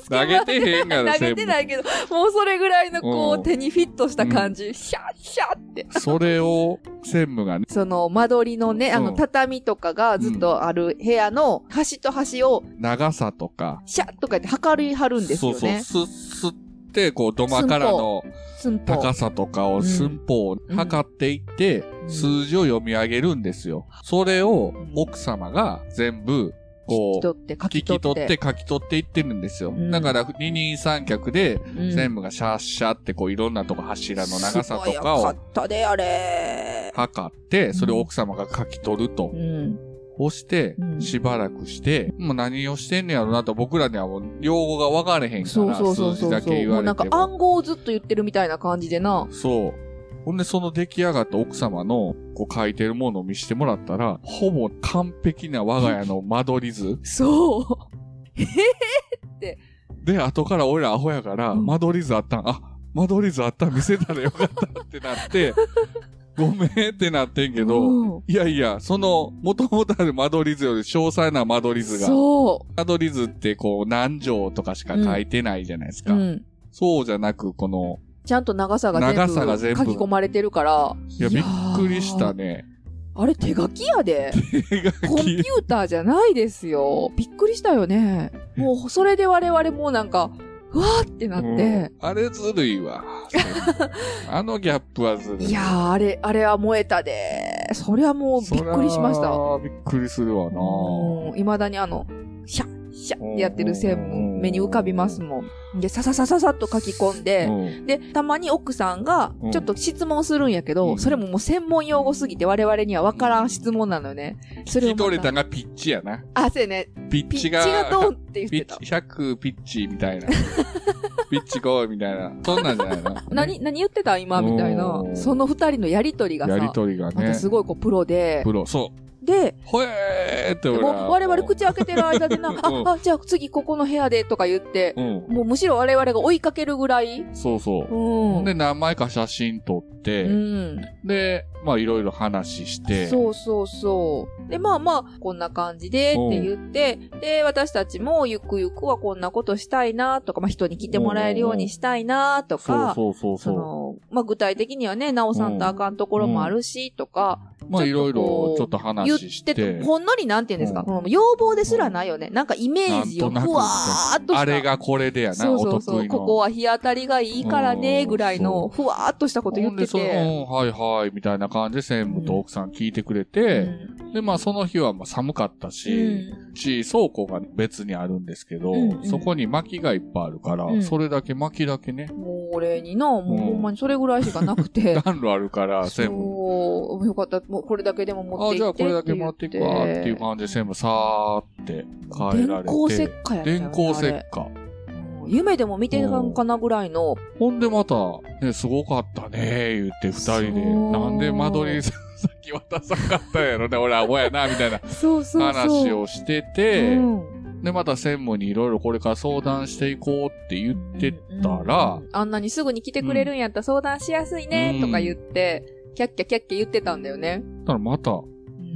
S2: つけ
S1: 投げてへんがな、
S2: 投げてないけど、もうそれぐらいのこ
S1: うん
S2: う手にフィットした感じ、シャッシャッって。
S1: 専務それを、専務がね、
S2: その間取りのね、あ
S1: う
S2: の
S1: ん
S2: 畳とかがずっとある部屋の端と端を
S1: 長さとか、
S2: シャッとか言って測りはるんですよね。
S1: そうそう、す、すって、こう、土間からの
S2: 寸法。
S1: 高さとか
S2: う
S1: を、
S2: ん
S1: 寸法を測っていって、
S2: ん
S1: 数字を読み上げるんですよ。それを、奥様が全部、こう、
S2: 聞き取って、書
S1: 聞
S2: き
S1: き
S2: 取
S1: 取
S2: っ
S1: って
S2: て。
S1: 書き取っていってるんですよ。
S2: うん
S1: だから、二人三脚で、
S2: うん
S1: 専務がシャッシャって、こう、いろんなとこ柱の長さと
S2: すごいよ
S1: かを
S2: かったで、あれ。
S1: 測って、それを奥様が書き取ると
S2: う。ん。
S1: をして
S2: う、ん
S1: しばらくして、もう何をしてんねやろなと、僕らにはもう、用語が分かれへんか
S2: そう
S1: ら、
S2: そうそ
S1: 数
S2: う
S1: 字
S2: そ
S1: だ
S2: う。
S1: け言
S2: も
S1: わ
S2: うな
S1: れ
S2: んか
S1: ても。
S2: 暗号をずっと言ってるみたいな感じでな。
S1: そう。ほんで、その出来上がった奥様の、こう書いてるものを見してもらったら、ほぼ完璧な我が家の間取り図。
S2: そう。
S1: で、後から俺らアホやから、
S2: うん
S1: 間取り図あったん、あ、間取り図あったん見せたらよかったってな って、ごめんってなってんけど、
S2: うん
S1: いやいや、その、元々ある間取り図より詳細な間取り図が、
S2: そ
S1: 間取り図ってこう何条とかしか書いてないじゃないです
S2: う。
S1: か。
S2: うん。
S1: そうじゃなく、この、
S2: ちゃんと長さが
S1: 長さが全
S2: 全
S1: 部
S2: 部書き込まれてるから。
S1: いや、びっくりした。ね。
S2: あれ手書きやで。
S1: 手書
S2: コンピュ
S1: き。
S2: ーターじゃないですよ。びっくりしたよね。もう、それで我々もうなんか、うわーってなって。
S1: うんあれずるいわ。 あのギャップはずるい。
S2: いやー、あれ、あれは燃えたで。それはもうびっくりしまし
S1: そ
S2: た。
S1: らびっくりするわな。
S2: いまだにあの、シャッシャッってやってる線も目に浮かびますもん。で、さささささっと書き込んで、
S1: うん
S2: で、たまに奥さんが
S1: うん、
S2: ちょっと質問するんやけ
S1: うん
S2: ど、それももう専門用語すぎて我々には分からん質問なのよね。そ
S1: 聞
S2: れ
S1: き取れた
S2: た
S1: んがピッチやな。
S2: あ、そうやね。
S1: ピッ
S2: ピッチ
S1: チが、
S2: がドンって言っ
S1: ピ
S2: て
S1: ッ
S2: た。
S1: チ、100ピッチみた いな。ピッチ来いみたいな。そんなんじゃないな。
S2: 何、何言ってた今みたいな
S1: う。ん
S2: その二人のやりとりが
S1: やり
S2: さ、
S1: とりが
S2: また
S1: ね。
S2: すごいこうプロで、
S1: プロ、そう。
S2: で、
S1: ほえーって
S2: も
S1: 俺ら。
S2: う我々口開けてる間 でな、
S1: うん
S2: あ、あ、じゃあ次ここの部屋でとか言って、
S1: うん。
S2: もうむしろ我々が追いかけるぐらい、
S1: そうそう。
S2: う
S1: ほんで、何枚か写真撮って、
S2: うん。
S1: で、まあいろいろ話して、
S2: そうそうそう。で、まあまあ、こんな感じでって言って、で、私たちもゆくゆくはこんなことしたいなとか、まあ人に来てもらえるようにしたいなと
S1: そう
S2: か、
S1: そうそう
S2: そ
S1: そ
S2: の、まあ具体的にはね、なおさんとあかんところもあるし、とか、
S1: う。まあいろいろちょっと
S2: 言
S1: 話し
S2: って
S1: て、
S2: て、ほんのりなんて言うんですか、
S1: うん
S2: この要望ですらないよね。なんかイメ
S1: な
S2: ー
S1: ん
S2: ジを
S1: と
S2: ふ
S1: なく
S2: わーっとした。
S1: あれがこれでやな、
S2: そうそう
S1: お
S2: そ
S1: 得
S2: う。
S1: 意の。
S2: ここは日当たりがいいから
S1: う
S2: ね、
S1: ん
S2: ぐらいの、ふわーっとしたこと言
S1: ほん
S2: って
S1: でそのう
S2: て。
S1: ん、はいはい、みたいな感じで専務と奥さん聞いてくれて、で、まあその日はまあ寒かった
S2: う
S1: し、
S2: ん
S1: うち倉庫が別にあるんですけど、
S2: うんうん
S1: そこに薪がいっぱいあるから、
S2: うん
S1: それだけ薪だけね、
S2: もう俺にな、もう
S1: うん
S2: ほんまにそれぐらいしかな くて。
S1: 暖炉あるから、専務
S2: そう、よかった。もうこれだけでも持っ
S1: あ、
S2: てい
S1: じゃ
S2: っ
S1: あ
S2: て
S1: これだけもらっていくわっていう
S2: か。
S1: 感じで全部さーって変えられて。
S2: 電光石火やったよ
S1: 電
S2: ね
S1: 光石火。
S2: あれ夢でも見てたんかなぐらいの。
S1: ほんでまた、ね、すごかったね、言って二人で。
S2: そう
S1: なんで間取りさっき渡さんかったんやろね、俺アホやな、みたいな
S2: そうそうそう。
S1: 話をしてて、
S2: うん
S1: で、また専務にいろいろこれから相談していこうって言ってたら、
S2: あんなにすぐに来てくれるんやったら相談しやすいね、とか言って、キャッキャキャッキャ言ってたんだよね。
S1: だからまた、
S2: う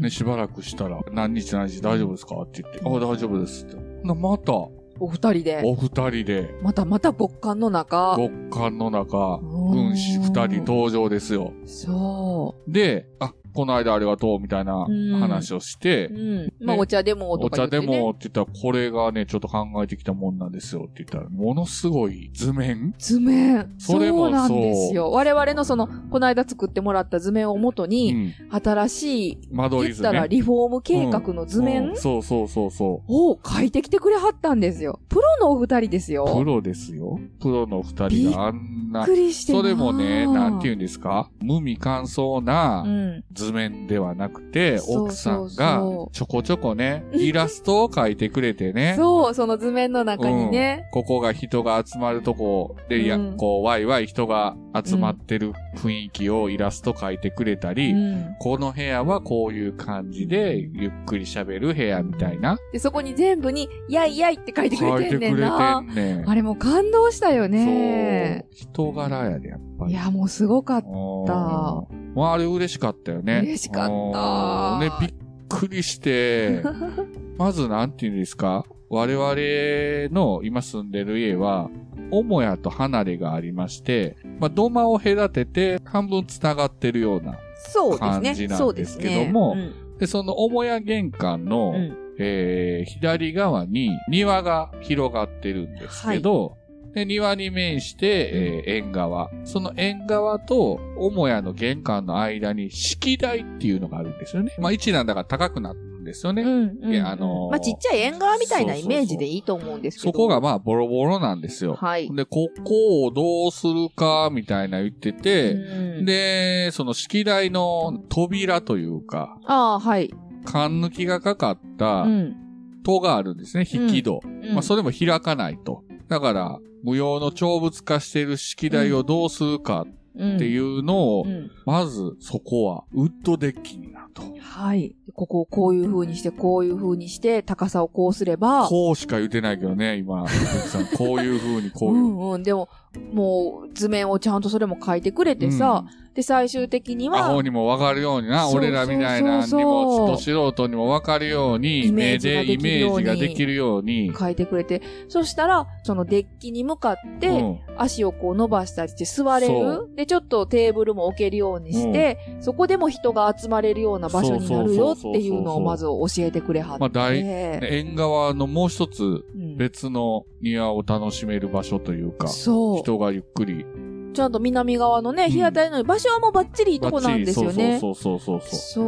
S1: ね、
S2: ん
S1: しばらくしたら、何日何日大丈夫ですかって言って、あ、大丈夫ですって。ほんでまた、
S2: お二人で。
S1: お二人で、
S2: またまた極寒の中。
S1: 極寒の中、
S2: うん
S1: 軍師二人登場ですよ。
S2: そ
S1: で、あ、この間ありがとうみたいな
S2: うん
S1: 話をして
S2: う。う、ん。まあ、
S1: ね
S2: お茶でもと
S1: お
S2: か言
S1: 茶
S2: っ
S1: で
S2: て、ね。
S1: もって言ったら、これがね、ちょっと考えてきたもんなんですよって言ったら、ものすごい図面
S2: 図面。
S1: そ
S2: そ
S1: れも
S2: うなんですよ。我々のその、この間作ってもらった図面をもと
S1: う
S2: に、
S1: ん。
S2: 新しい、
S1: 間取り
S2: 言っ
S1: 図
S2: たら
S1: ね。
S2: リフォーム計画の図
S1: う
S2: 面
S1: んそうそうそうそ
S2: を書いてきてくれはったんですよ。プロのお二人です
S1: う。プ
S2: よ。
S1: ロですよ。プロの二人があん
S2: びっ
S1: な
S2: く、りしてな
S1: それもね、なんて言うんですか無味乾燥
S2: う。
S1: なん図面ではなくて、
S2: そう
S1: 奥さ
S2: そうんそう
S1: がちょこちょこね、イラストを描いてくれてね。
S2: そう、その図面の中にね。
S1: ここが人が集まるとこで、いや
S2: うん
S1: こう、ワイワイ人が集まってる雰囲気をイラスト描いてくれたり、
S2: うん
S1: この部屋はこういう感じで、ゆっくり喋る部屋みたいな。
S2: で、そこに全部に、やいやいって書いてく
S1: 書い
S2: れて
S1: て
S2: ん
S1: くれ
S2: ね
S1: て。
S2: んなん
S1: ねん。
S2: あれもう感動したよね。
S1: そう。人柄やで、やっぱ
S2: い
S1: り。
S2: や、もうすごかった。
S1: たまあ、あれ嬉しかったよね。
S2: 嬉しかった
S1: うんね、びっくりして、まずなんて言うんですか我々の今住んでる家は、母屋と離れがありまして、まあ、土間を隔てて半分繋がってるような。
S2: そうで
S1: 感
S2: す
S1: じ
S2: ね。
S1: なん
S2: そうで
S1: ですす
S2: ね。
S1: けども
S2: うん
S1: で、その母屋玄関の、
S2: うん
S1: えー左側に庭が広がってるんですけど、で庭に面して、えー縁側。その縁側と母屋の玄関の間に式台っていうのがあるんですよね。まあ一段だから高くなるんですよね。
S2: うんうん
S1: いやあのー
S2: まあ、ちっちゃい縁側みたいなイメージでいいと思うんですけ
S1: そ
S2: ど。
S1: こがまあボロボロなんですよ。
S2: はい。
S1: で、ここをどうするか、みたいな言ってて、
S2: うん、
S1: で、その式台の扉というか、
S2: ああ、はい。
S1: 缶抜きがかかった
S2: うん。
S1: 戸があるんですね、引き戸。
S2: うん
S1: まあ、それも開かないと。だから、無用の長物化している式台をどうするかって
S2: う
S1: いうのを、
S2: ん。うん
S1: まずそこはウッドデッキになると。
S2: はい。ここをこういう風にして、こういう風にして、高さをこうすれば、
S1: こうしか言ってないけどね、今、鈴木さんこういう風にこう
S2: う
S1: いう。
S2: んうん。でも、もう図面をちゃんとそれも書いてくれてさ、で、最終的に
S1: アホ
S2: は、
S1: にもわかるようにな、
S2: そう
S1: 俺らみたいな
S2: そ
S1: んに
S2: うそう
S1: も、ちと素人にもわかるように、
S2: イメー
S1: 目
S2: ジが
S1: で
S2: で
S1: イ
S2: きる
S1: メ
S2: よ
S1: ー
S2: うに
S1: ジができるように、
S2: 書いてくれて、そしたら、そのデッキに向かって、
S1: うん
S2: 足をこう伸ばしたりして座れ
S1: そ
S2: る。で、ちょっとテーブルも置けるようにして、そこでも人が集まれるような場所になるよっていうのをまず教えてくれはって。
S1: まあ大縁側のもう一つ
S2: うん
S1: 別の庭を楽しめる場所というか、
S2: そう。
S1: 人がゆっくり。
S2: ちゃんと南側のね、日当たりのいい場所はもうバッチリいいとこなんですよね。
S1: そうそうそうそうそう。そ
S2: そ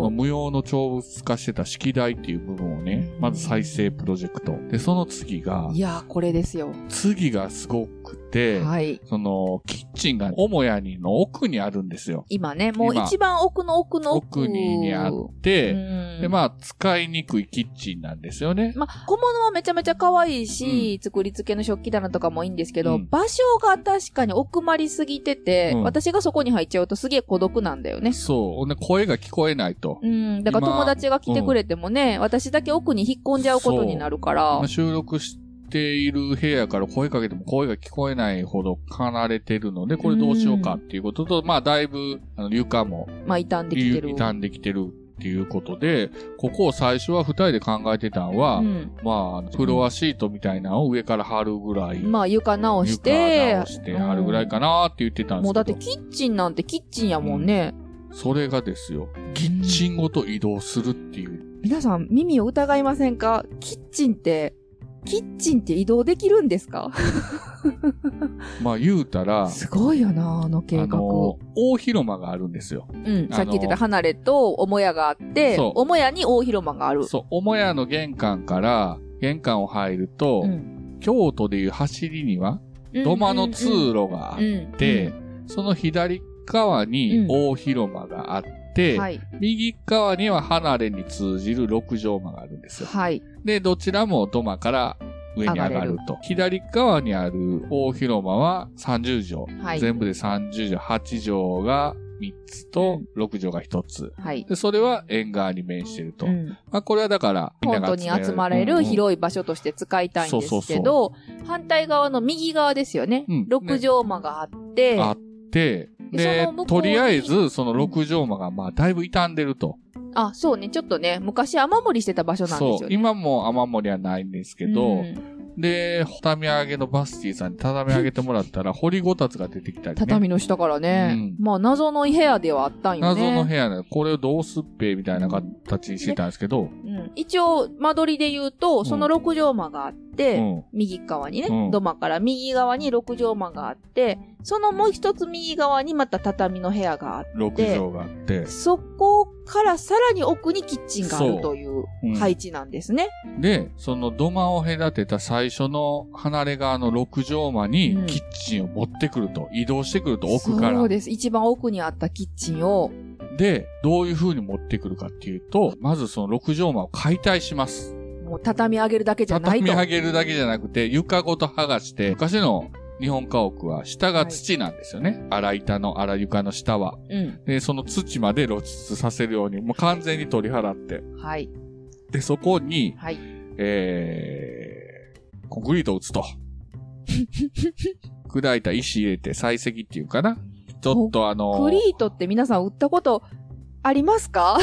S1: の
S2: う。
S1: 無用の長物化してた式台っていう部分をね、まず再生プロジェクト。で、その次が
S2: い、やー、これですよ。
S1: 次がすごくて、
S2: はい。
S1: その、キッチンが母屋にの奥にあるんですよ。
S2: 今ね、もう
S1: 今
S2: 一番奥の奥の奥。
S1: 奥ににあっ
S2: う
S1: て、
S2: ん
S1: で、まあ、使いにくいキッチンなんですよね。
S2: まあ、小物はめちゃめちゃ可愛いし、作り付けの食器棚とかもいいんですけど、
S1: うん
S2: 場所が確かに奥まりすぎてて、
S1: うん
S2: 私がそこに入っちゃうとすげえ孤独なんだよね。
S1: そう。ほんで、声が聞こえないと。
S2: うん。だから
S1: 今
S2: 友達が来てくれてもね、私だけ奥に引っ込んじゃうことになるから
S1: まあ、収録している部屋から声かけても声が聞こえないほど離れてるので、これどうしようかっていうことと、まあ、だいぶ、あの、床も
S2: まあ、傷んできてる。
S1: 傷んできてるっていうことで、ここを最初は二人で考えてたんは、
S2: うん。
S1: まあ、フロアシートみたいなのを上から貼るぐらい、
S2: まあ、床直し
S1: 床
S2: て、
S1: 直して貼るぐらいかなって言ってたんで
S2: も
S1: す
S2: うだっ
S1: け
S2: て
S1: ど、
S2: キッチンなんてキッチンやもんね。
S1: それがですよ、キッチンごと移動するっていう。
S2: 皆さん耳を疑いませんかキッチンって、キッチンって移動できるんですか
S1: まあ、言うたら、あ
S2: すごいよな、あの計画。
S1: の、大広間があるんですよ。
S2: うん、さっき言って
S1: あ
S2: た
S1: の
S2: 離れと母屋があって、
S1: そう
S2: 母屋に大広間がある。
S1: そう、母屋の玄関から、玄関を入ると、
S2: うん
S1: 京都でいう走りには、土間の通路があって、その左側に大広間があって、
S2: うんはい。
S1: 右側には離れに通じる六畳間があるんですよ。
S2: はい。
S1: で、どちらも土間から上に上
S2: 上が
S1: が
S2: れる
S1: ると。左側にある大広間は30畳。
S2: はい。
S1: 全部で30畳、8畳が3つと6畳が1つ。
S2: はい。
S1: で、それは縁側に面してると。
S2: うん
S1: まあ、これはだから、みんな
S2: 本
S1: が
S2: 当に集まれる
S1: い。
S2: 広い場所として使いたいんですけど、反対側の右側ですよね。
S1: うん
S2: 六畳間があって、
S1: あって、
S2: そ
S1: で
S2: の向こうに、
S1: とりあえず、その六畳間が、まあ、だいぶ傷んでると。
S2: あ、そうね、ちょっとね、昔雨漏りしてた場所なんです
S1: そ
S2: よ
S1: う。
S2: ね。
S1: 今も雨漏りはないんですけど、
S2: うん
S1: で、畳み上げのバスティさんに畳み上げてもらったら、掘りごたつが出てきたりね。
S2: 畳の下からね、
S1: う
S2: まあ謎の部屋ではあったんよね。
S1: 謎の部屋で、これをどうすっぺみたいな形にしてたんですけど、
S2: うん一応、間取りで言うと、その六畳間があって、
S1: うん。
S2: 右側にね、
S1: うん
S2: 土間から右側に六畳間があって、そのもう一つ右側にまた畳の部屋があっ
S1: 6畳があって
S2: て、。そこからさらに奥にキッチンがあ
S1: そ
S2: る
S1: う
S2: という
S1: うん
S2: 配置なんですね。
S1: で、その土間を隔てた最初の離れ側の6畳間
S2: うん
S1: にキッチンを持ってくると、移動してくると奥から
S2: そう。です。一番奥にあったキッチンを、
S1: で、どういう風に持ってくるかっていうと、まずその6畳間を解体します。
S2: もう畳み上げるだけじゃない
S1: 畳
S2: と。
S1: み上げるだけじゃなくて、床ごと剥がして、昔の日本家屋は下が土なんですよね。荒板の荒床の下は。で、その土まで露出させるように、もう完全に取り払って。
S2: うん。はい。
S1: で、そこに、
S2: はい。
S1: えー、コンクリートを打つ と。砕いた石入れて、採石っていうかな。ちょっとあの
S2: クリートって皆さん売ったことあります か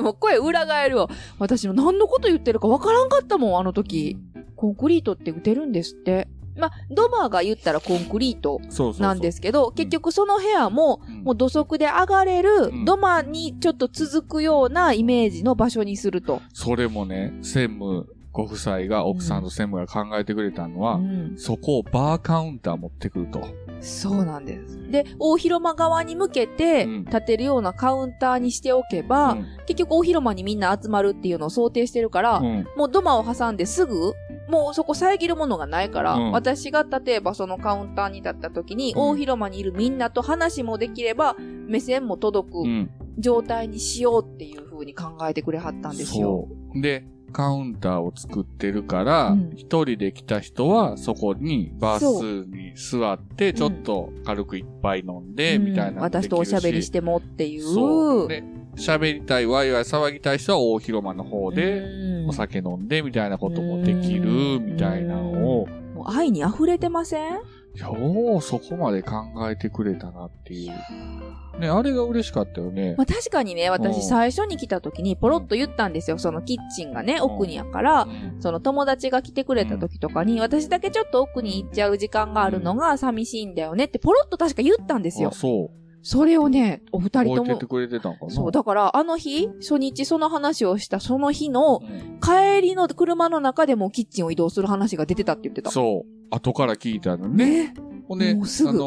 S2: もう声裏返るわ。私も何のこと言ってるかわからんかったもん、あの時。コンクリートって売ってるんですって。まあ、ドバーが言ったらコンクリート
S1: そうそうそう。
S2: なんですけど、結局その部屋も、
S1: うん。
S2: もう土足で上がれる
S1: ん、
S2: 土間にちょっと続くようなイメージの場所にすると。
S1: それもね、専務ご夫妻が、奥さんと専務が考えてくれたのは、
S2: うん
S1: そこをバーカウンター持ってくると。
S2: そうなんです。で、大広間側に向けて
S1: うん
S2: 建てるようなカウンターにしておけば、
S1: うん
S2: 結局大広間にみんな集まるっていうのを想定してるから、
S1: うん。
S2: もう土間を挟んですぐ、もうそこ遮るものがないから、
S1: うん
S2: 私が例えばそのカウンターに立った時に、
S1: うん
S2: 大広間にいるみんなと話もできれば、目線も届く
S1: うん。
S2: 状態にしようっていう風に考えてくれはったんですよ。
S1: そう。で、カウンターを作ってるから
S2: うん、
S1: 一、人で来た人はそこにバ
S2: そ
S1: スに座って、ちょっと軽く一杯飲んで、
S2: うん
S1: みたいなのできる
S2: 私とおしゃべりしてもっていう。
S1: そう。で、喋りたい、ワイワイ騒ぎたい人は大広間の方で、
S2: うん
S1: お酒飲んで、みたいなこともできる、
S2: うん
S1: みたいなのを、
S2: もう愛に溢れてません
S1: ようそこまで考えてくれたなっていう。ね、あれが嬉しかったよね
S2: ま。あ確かにね、
S1: う
S2: 私
S1: ん
S2: 最初に来た時にポロッと言ったんですよ。そのキッチンがね、
S1: ん
S2: 奥にやから
S1: う、ん
S2: その友達が来てくれた時とかに、私だけちょっと奥に行っちゃう時間があるのが寂しいんだよねってポロッと確か言ったんですよ
S1: あ、。そう。
S2: それをね、お二人と
S1: 覚え
S2: も
S1: てて。くれてたのかな
S2: そう、だからあの日、初日その話をしたその日の
S1: うん
S2: 帰りの車の中でもキッチンを移動する話が出てたって言ってた。
S1: そう。後から聞いたのね。
S2: ね。
S1: ほんで、あ
S2: も
S1: の
S2: うすぐ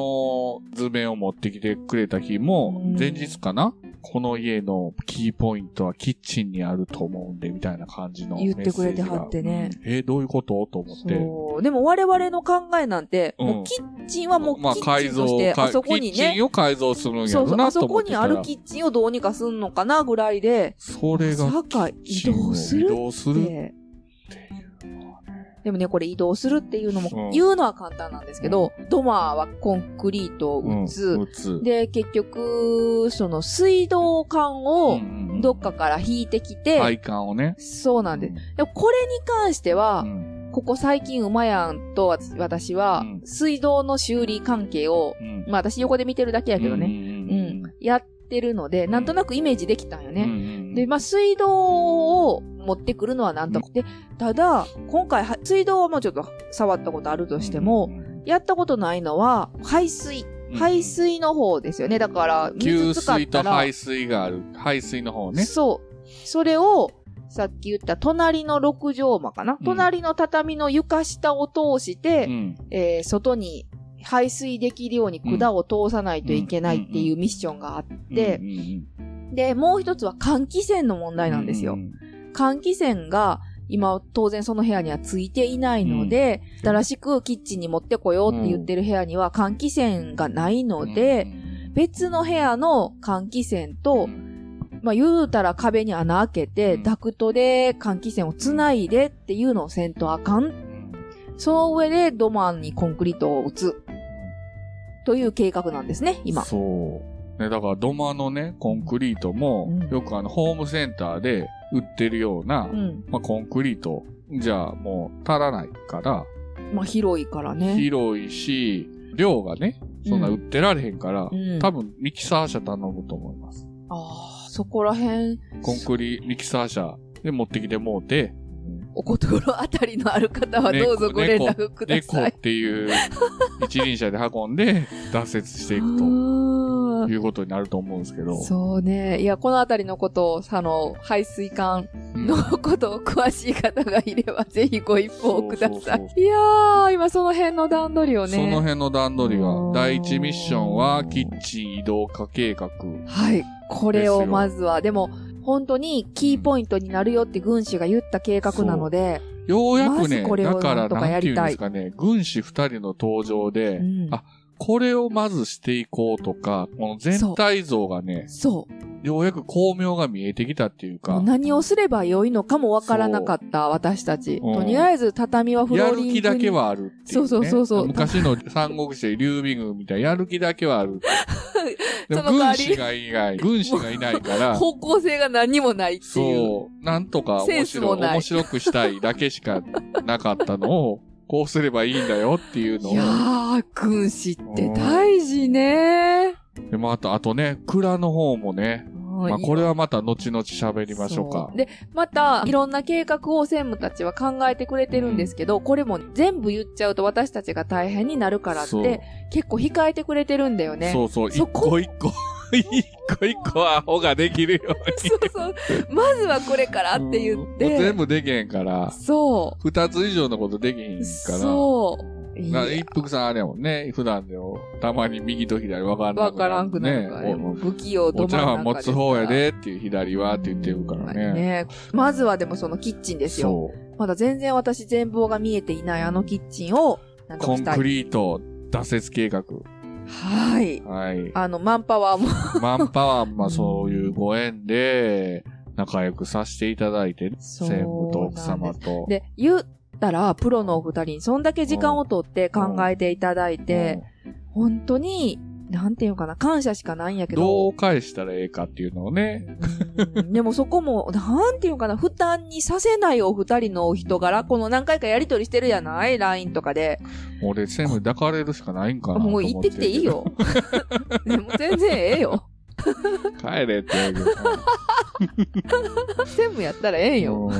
S1: ー図面を持ってきてくれた日も
S2: うん、
S1: 前日かなこの家のキーポイントはキッチンにあると思うんで、みたいな感じのメッ
S2: 言っ
S1: セージ
S2: て
S1: が。
S2: くれてはってね
S1: うん。えーどういうことと思って。
S2: そう。でも我々の考えなんて、
S1: うん
S2: もうキッチンはもうキ
S1: まあ
S2: ッチンとして、
S1: か
S2: あそこに
S1: キッチ
S2: ね、
S1: ンを改造するんや
S2: そうそ
S1: ろ
S2: う、
S1: な
S2: あ
S1: と
S2: そ
S1: 思
S2: こ
S1: って
S2: に
S1: たら。
S2: あるキッチンをどうにかすんのかなぐらいで、
S1: それ
S2: ま
S1: が、
S2: さか移動す
S1: 移
S2: る
S1: 動す
S2: っ
S1: る。
S2: て。でもね、これ移動するっていうの
S1: う
S2: も
S1: ん
S2: 言うのは簡単なんですけど、ドマーはコンクリートを打つ。
S1: 打つ。
S2: で、結局、その水道管
S1: うんう
S2: を
S1: んうん
S2: どっかから引いてきて、
S1: 配管をね。
S2: そうなんです。でもこれに関しては、ここ最近、うまやんとわ私は
S1: うん、
S2: 水道の修理関係を、
S1: うん。
S2: まあ私横で見てるだけやけどね、うん、
S1: ね。
S2: やってるので、なんとなくイメージできたんよ
S1: うんうん
S2: ね。
S1: うん
S2: で、まあ水道を持ってくるのはなんとか。で、ただ、今回は、水道はもうちょっと触ったことあるとしても、、やったことないのは、排水。排水の方ですよね。だから、
S1: 給
S2: 水使っ
S1: 水と
S2: たら
S1: 排、水がある。排水の方ね。
S2: そう。それを、さっき言った隣の六畳間かな、
S1: うん
S2: 隣の畳の床下を通して、
S1: うん。
S2: えー外に排水できるように管を通さないといけないっていうミッションがあって
S1: う、んうんうん、
S2: で、もう一つは換気扇の問題なんです
S1: う
S2: よ。
S1: ん
S2: 換気扇が今当然その部屋にはついていないので、新しくキッチンに持ってこようって言ってる部屋には換気扇がないので、、別の部屋の換気扇
S1: うん
S2: と、まあ言うたら壁に穴開けて、
S1: うん
S2: ダクトで換気扇をつないでっていうのをせんとあかんその上でドマンにコンクリートを打つ。という計画なんですね、今。
S1: そう。ね、だから土間のね、コンクリートも、
S2: うん
S1: よくあの、ホームセンターで売ってるような、
S2: うん。
S1: まあ、コンクリートじゃもう足らないから、
S2: まあ、広いからね。
S1: 広いし、量がね、そんな売ってられへんから、
S2: うん
S1: 多分ミキサー車頼むと思います。
S2: ああ、そこら辺、
S1: コンクリ、ミキサー車で持ってきてもうて、
S2: お心あたりのある方はどうぞご連絡くだ
S1: 猫
S2: さ
S1: っ
S2: い。
S1: ていう一輪車で運んで脱雪していくと。
S2: あー
S1: いうことになると思うんですけど。
S2: そうね。いや、このあたりのことを、あの、排水管のことを詳しい方がいれば、ぜひご一報くだ
S1: そう
S2: さ
S1: そう
S2: い。いやー、今その辺の段取りを
S1: そ
S2: ね。
S1: の辺の段取りが
S2: うん、
S1: 第一ミッションはキッチン移動化計画。
S2: はい。これをまずは、でも、本当にキーポイントになるよって軍師が言った計画なので、
S1: ようやく
S2: ま
S1: ね、
S2: ずこれを
S1: だから
S2: なんとかや
S1: なんてい
S2: り
S1: うん
S2: た
S1: で
S2: い
S1: すかね、軍師二人の登場で
S2: う、ん
S1: あこれをまずしていこうとか、この全体像がね、
S2: そう。
S1: ようやく巧妙が見えてきたっていう
S2: も
S1: か
S2: う、何をすればよいのかもわからなかった私たち。
S1: うん
S2: とりあえず畳はフロ
S1: やる
S2: ーリング
S1: 気
S2: に。
S1: だけ。はあるっていう、ね。
S2: そうそうそうそう
S1: 昔の三国志で劉備軍みたいな、やる気だけはあ る。でも
S2: その代
S1: 軍
S2: わり
S1: 師が以外、軍師がいない から、
S2: 方向性が何もないっていう。
S1: そう。なんとか
S2: セ
S1: 面
S2: ンスも
S1: 白
S2: ない
S1: 面白くしたいだけしかなかったのを、 こうすればいいんだよっていうの
S2: いや
S1: を。
S2: ー、軍師って大事ね。
S1: で、また、あとね、蔵の方もね、
S2: うん
S1: まあ、これはまた後々喋りましょうか
S2: そ。で、また、いろんな計画を専務たちは考えてくれてるんですけど、これも全部言っちゃうと私たちが大変になるからっ
S1: そう
S2: て、結構控えてくれてるんだよね。
S1: そうそう、一
S2: そこ
S1: 個一個、 一個一個アホができるように。
S2: そうそう。まずはこれからって言っ
S1: うんもう
S2: て
S1: 全。部できへんから、
S2: そ
S1: 二つ以上のことできへん
S2: う。
S1: から。
S2: そう。い
S1: だから
S2: や
S1: 一服さんあれやもんね。普段でも、たまに右と左分からん
S2: わからんくなるからね。
S1: ね
S2: もう不器用
S1: お
S2: ど
S1: お
S2: 真ん
S1: 茶
S2: 中
S1: 碗持つ方やでっていう左はって言ってるから
S2: はい
S1: ね。
S2: まずはでもそのキッチンですよ。
S1: そう。
S2: まだ全然私全貌が見えていないあのキッチンを、なんとか
S1: コ
S2: し
S1: ン
S2: た
S1: ク
S2: い。
S1: リート打設計画。
S2: はい。
S1: はい。
S2: あの、マンパワーも。
S1: マンパワーまあそういうご縁で、仲良くさせていただいて、
S2: そ
S1: 専
S2: うなんです
S1: 務と奥様と。
S2: で、言ったら、プロのお二人にそんだけ時間をとって考えていただいて、本当に、なんていうのかな、感謝しかないんや
S1: うん、
S2: けど。
S1: どう返したらええかっていうのをね。
S2: うんでもそこも、なんていうのかな、負担にさせないお二人のお人柄、この何回かやりとりしてるやない ?LINE とかで。
S1: 俺、専務に抱かれるしかないんかなと
S2: も
S1: 思
S2: う行ってきていい
S1: る
S2: よ。 でも全然ええよ。
S1: けど。帰れって言うけど。
S2: 全部やったらええよ。
S1: うー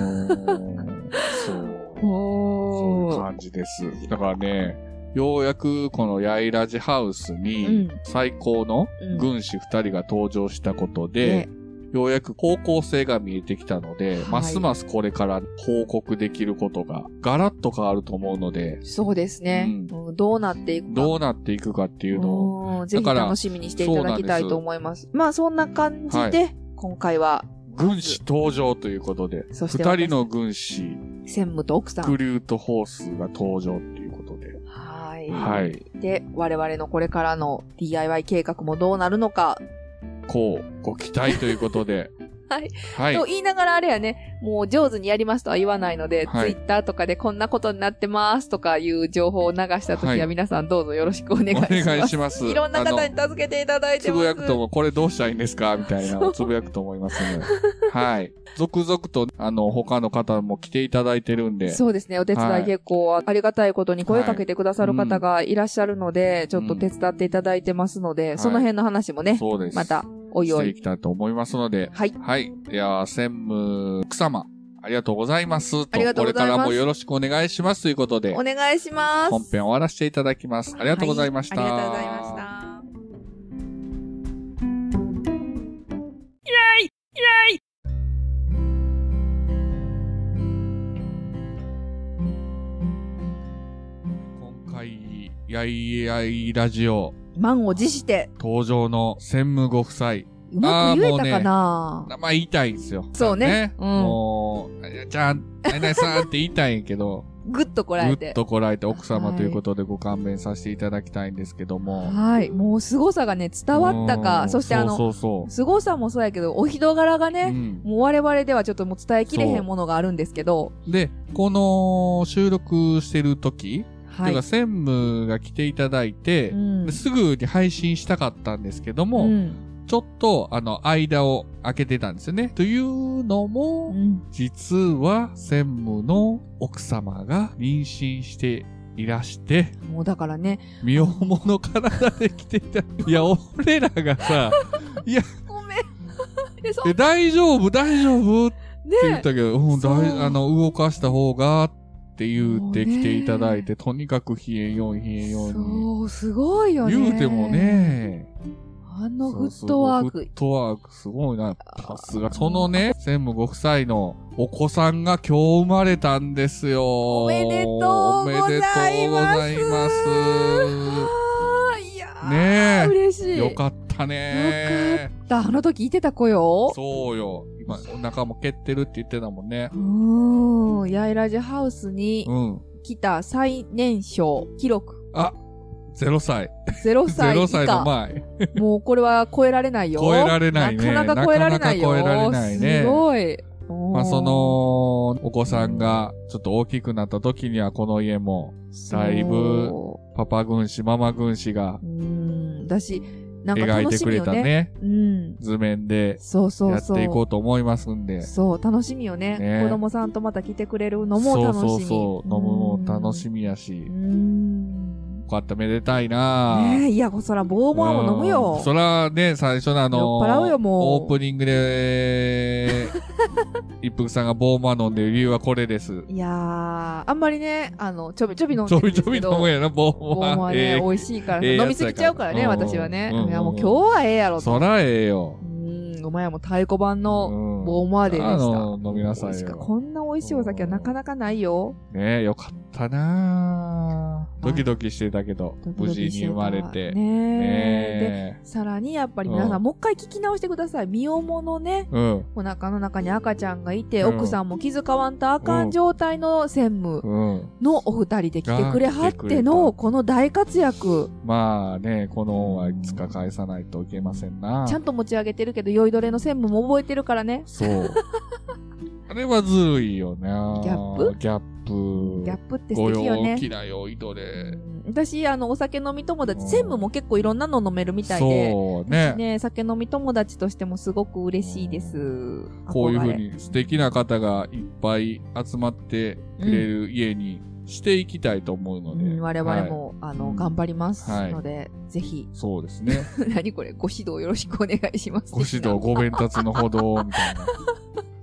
S1: んそう。そう
S2: お
S1: いう
S2: ー。
S1: 感じです。だからね、ようやくこのヤイラジハウス
S2: うん
S1: に最高の軍師二人が登場したことで、
S2: ね
S1: ようやく方向性が見えてきたので、
S2: はい
S1: ますますこれから報告できることがガラッと変わると思うので、
S2: そうですね、
S1: う
S2: うんどうなっていくか。
S1: どうなっていくかっていうのを、
S2: うんぜひ
S1: だから
S2: 楽しみにしていただきたいと思います。まあそんな感じで、
S1: は
S2: 今回は
S1: 軍師登場ということで、
S2: そ
S1: 二
S2: して私
S1: 人の軍師、
S2: 専務と奥さん。
S1: クリュートホースが登場っていうことで、
S2: はい。
S1: はい。
S2: で、我々のこれからの DIY 計画もどうなるのか、。
S1: こう、ご期待ということで
S2: はい。
S1: はい
S2: と。言いながらあれやね、もう上手にやりますとは言わないので、
S1: はい
S2: Twitter とかでこんなことになってますとかいう情報を流した時は、
S1: はい
S2: 皆さんどうぞよろしくお願いします。
S1: お願いします
S2: いろんな方に
S1: あ
S2: 助けていただいて
S1: つ
S2: ます。
S1: ぶやくとも、これどうしたらいいんですかみたいなのをつぶやくと思います ので。はい。続々と、あの、他の方も来ていただいてるんで。
S2: そうですね。お手
S1: は
S2: 伝い
S1: い
S2: 結構ありがたいことに声かけてくださる方がいらっしゃるので、ちょっと手伝っていただいてますので、
S1: い
S2: その辺の話もね、
S1: そうです。
S2: また、おい
S1: し
S2: お
S1: てい
S2: い。
S1: きたいと思いますので。
S2: はい。
S1: はい。では、専務、奥様、ありがとうございます。
S2: ありがとうございま
S1: これ
S2: す
S1: からもよろしくお願いしますということで
S2: お、願いします。
S1: 本編終わらせていただきます。ありがとうございました。
S2: はいありがとうございました。
S1: 今回、やいやいラジオ
S2: 満を持して、
S1: 登場の専務ご夫妻。
S2: うまく言えたかな、
S1: まあ言いたいんですよ。
S2: そうねうん
S1: もう、じゃあ、何々さんって言いたいんやけど、
S2: ぐっと こら
S1: ぐ
S2: え。
S1: ってとこらえて奥様
S2: はい
S1: ということでご勘弁させていただきたいんですけども。
S2: はい。もう凄さがね、伝わった
S1: う
S2: か。
S1: ん
S2: そしてあの、
S1: そうそうそ
S2: 凄さもそうやけど、お人柄が
S1: う。
S2: ね、
S1: うん
S2: もう我々ではちょっともう伝えきれへんものがあるんですけど、
S1: で、この収録してる時、
S2: は
S1: という
S2: い
S1: か。専務が来ていただいて、
S2: ん
S1: すぐに配信したかったんですけども、
S2: うん
S1: ちょっとあの間を空けてたんですよね。というのも、
S2: うん
S1: 実は専務の奥様が妊娠していら して、
S2: もうだからね、
S1: 身重の体で来ていた。いや、俺らがさ、
S2: ごめん。え、そ
S1: え大丈夫、大丈夫って
S2: うね
S1: 言ったけど、うん、
S2: そう
S1: だいあの、動かした方が、って言って来ていただいて、とにかく冷えよう、冷えように。
S2: そう、すごいよね。
S1: 言うても。ね、
S2: あのフ
S1: そ
S2: ッ
S1: う
S2: ト
S1: そう
S2: ワー
S1: フ
S2: ク
S1: ッ。トワーク、すごいな。さすが。そのね、専務ご夫妻のお子さんが今日生まれたんですよ。お
S2: めでとうございます
S1: おめでとうございます。
S2: あーいやー
S1: ねえ
S2: 嬉しい。
S1: よかったね
S2: だあの時いてた子よ。
S1: そうよ。今、お腹も蹴ってるって言ってたもんね
S2: う。ーん。ヤイラジハウスに
S1: うん。
S2: 来た最年少記 録。
S1: あ、0歳。
S2: 0歳以
S1: 0
S2: 下。
S1: 歳の前。
S2: もうこれは超えられないよ。
S1: 超えられないね
S2: なかなか超えられないよ。
S1: なかなか超えられないね
S2: すごい。
S1: まあ、その、お子さんが、ちょっと大きくなった時には、この家も、
S2: そう、
S1: だいぶ、パパ軍師、ママ軍師が
S2: うーん。だし、なんか
S1: 描い
S2: 楽
S1: て
S2: し
S1: く
S2: み
S1: れ
S2: よ
S1: た
S2: ね。
S1: ね、
S2: うん。
S1: 図面で
S2: そうそう
S1: や
S2: そ
S1: っ
S2: う。
S1: ていこうと思いますんで。
S2: そう、楽しみよね
S1: ね
S2: 子供さんとまた来てくれるの
S1: そ
S2: も
S1: う
S2: 楽しみ。
S1: そうそう、飲むも楽し
S2: み。
S1: みや
S2: う
S1: し
S2: ー、ん。
S1: かった、めでたいな
S2: ねえ、いや、そら、棒もも飲む
S1: う
S2: よ
S1: ん。そらね、最初のあの
S2: 酔っ払うよもう
S1: オープニングで、 一服さんがボーマ飲んでる理由はこれです。
S2: いやー、あんまりね、あの、ちょびちょび飲ん
S1: ち
S2: で
S1: ょ
S2: るん
S1: び
S2: で
S1: ち
S2: す
S1: ょび
S2: け
S1: 飲
S2: ど。
S1: むやな、ボ
S2: 棒
S1: ーマ。
S2: は
S1: え
S2: ね、
S1: え
S2: 美味しいから、
S1: ええやつやから
S2: 飲みすぎちゃうからね、
S1: うん
S2: 私はね。
S1: うん
S2: いや、もう今日はええやろと。
S1: そらええよ
S2: う。ん、お前はもう太鼓判の
S1: うん
S2: 棒まででした。
S1: あの飲みなさ
S2: 美味
S1: い
S2: しか
S1: よ。
S2: こんな美味しいお酒はなかなかないよ。
S1: ねえ、よかったなぁドキドキしてたけど、
S2: ドキ
S1: 無
S2: ド
S1: 事
S2: キし
S1: に
S2: てた
S1: 生まれて。
S2: ね
S1: え
S2: え。で、さらにやっぱり皆さん、
S1: うん
S2: もう一回聞き直してください。身重のね、
S1: うん。
S2: お腹の中に赤ちゃんがいて、
S1: うん
S2: 奥さんも気遣わんとあかん状態の専務
S1: うん。
S2: のお二人で来てくれは
S1: が来
S2: っての、
S1: てくれた
S2: この大活躍。
S1: まあね、この恩はいつか返さないといけませんな
S2: ちゃんと持ち上げてるけど、酔いどれの専務も覚えてるからね。
S1: そう。あれはずるいよな
S2: ギャッ
S1: ギャップ。
S2: ギャップって素敵よ
S1: ご
S2: ね
S1: 陽。気な酔いどれ。
S2: うん私、あの、お酒飲み友達、
S1: うん
S2: 専務も結構いろんなの飲めるみたいで。
S1: そうね。
S2: ね、酒飲み友達としてもすごく嬉しいです。
S1: こういうふ
S2: 憧
S1: う
S2: れ。
S1: に素敵な方がいっぱい集まってくれる家にしていきたいと思うので。
S2: うん、我々
S1: はい
S2: も、あ
S1: う
S2: の、
S1: ん
S2: 頑張ります
S1: はい
S2: ので、ぜひ、
S1: そうですね。
S2: 何これ、ご指導よろしくお願いします。
S1: ご指導ご鞭達のほど、みたいな。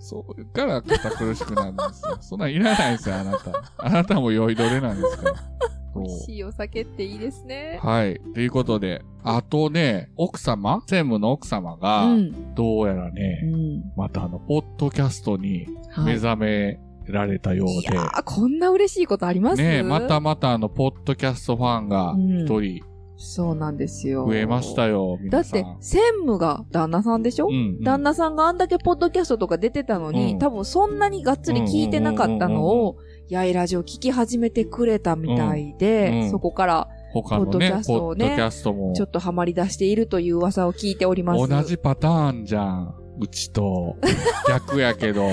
S1: そうから堅苦しくなるんですよ。そんなんいらないですよ、あなた。あなたも酔いどれなんですから。そ
S2: 美
S1: う
S2: 味しいお酒っていいですね。
S1: はい。ということで、あとね、奥様専務の奥様
S2: う
S1: が、
S2: ん。
S1: どうやら
S2: う
S1: ね、
S2: ん。
S1: またあの、ポッドキャストに
S2: は
S1: 目
S2: い。
S1: 覚められたよ
S2: いう
S1: で、
S2: やー、こんな嬉しいことあります
S1: ねまた。またあの、ポッドキャストファンが一人
S2: そうなんですよ。
S1: 増えましたよ、
S2: だ
S1: 皆
S2: っ
S1: さん。
S2: て、専務が旦那さんでしょ、
S1: うんうん、
S2: 旦那さんがあんだけポッドキャストとか出てたのに、
S1: うん
S2: 多分そんなにがっつり聞いてなかったのを、やいラジオ聞き始めてくれたみたいで、
S1: うんうん
S2: そこから
S1: 他のね、
S2: ポッドキャス
S1: ポ
S2: トを
S1: ッド
S2: ね
S1: キャストも、
S2: ちょっとハマり出しているという噂を聞いております。
S1: 同じパターンじゃん。うち と、逆やけど、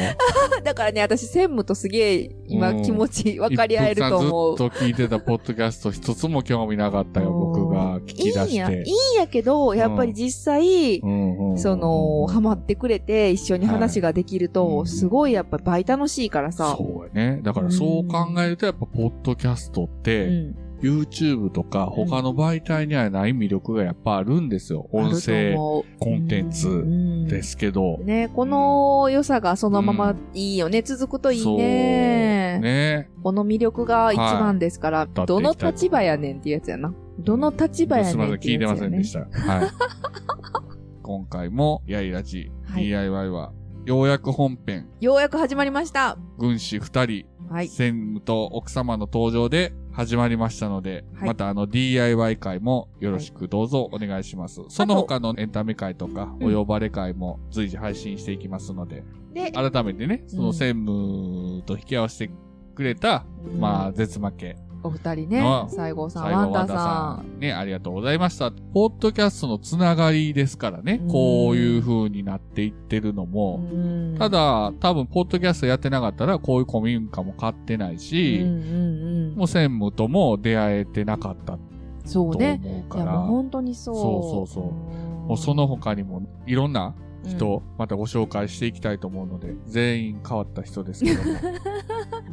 S2: だからね、私専務とすげえ
S1: う
S2: 今
S1: ん
S2: 気持ち分かり合えると思う
S1: 一。服さんずっと聞いてたポッドキャスト一つも興味なかったよ、僕が聞き出
S2: いいん
S1: し
S2: や、い
S1: て
S2: い。んやけど、やっぱり実際、
S1: うんうんうん
S2: その、ハマってくれて一緒に話ができると、
S1: はい
S2: すごいやっぱ倍楽しいからさ。
S1: そうやね。だからそう考えると、やっぱ、ポッドキャストっ
S2: う
S1: て、
S2: ん。
S1: YouTube とか他の媒体にはない魅力がやっぱあるんですよ。音
S2: ある
S1: 声
S2: と思う
S1: コンテンツで。すけど
S2: うん。ね、この良さがそのままいいよね。続くといい
S1: そう
S2: ね
S1: ね。
S2: この魅力が一番ですから、
S1: い
S2: どの立場やねんっていうやつやな。どの立場や
S1: すみ
S2: ね
S1: ませ
S2: ん
S1: ん、
S2: ってい
S1: 聞いうて
S2: や
S1: ま
S2: つ
S1: せ
S2: や
S1: ん
S2: ね
S1: でし。た。 はい。今回も、やいらち、
S2: はい
S1: DIY は、ようやく本編、
S2: ようやく始まりました。
S1: 軍師二人、
S2: はい。
S1: 専務と奥様の登場で始まりましたので、
S2: はい
S1: またあの DIY 会もよろしくどうぞお願いします。その他のエンタメ会とか、
S2: う
S1: お
S2: ん
S1: 呼ばれ会も随時配信していきますので、
S2: で、
S1: 改めてね、その専務と引き合わせてくれた、
S2: うん
S1: まあ、絶負け、
S2: お二人
S1: な
S2: ね、西郷さん、
S1: 最
S2: ワ
S1: 後
S2: ン
S1: ワ
S2: ダ
S1: ン
S2: ー
S1: ダ
S2: さ
S1: さ
S2: ん。
S1: ん、ね、ありがとうございました。ポッドキャストのつながりですからね
S2: う、ん
S1: こういう風になっていってるのも、
S2: うん
S1: た、だ、多分、ポッドキャストやってなかったら、こういう古民家も買ってない
S2: うん
S1: し、
S2: うんう
S1: もう専務とも出会えてなかったと
S2: ん、そうね。
S1: 思う
S2: い
S1: か
S2: や、
S1: ら、
S2: もう本当にそう。
S1: そうそうそうもうその他にもいろんな人をまたご紹介していきたいと思うので、全員変わった人ですけど も。
S2: うん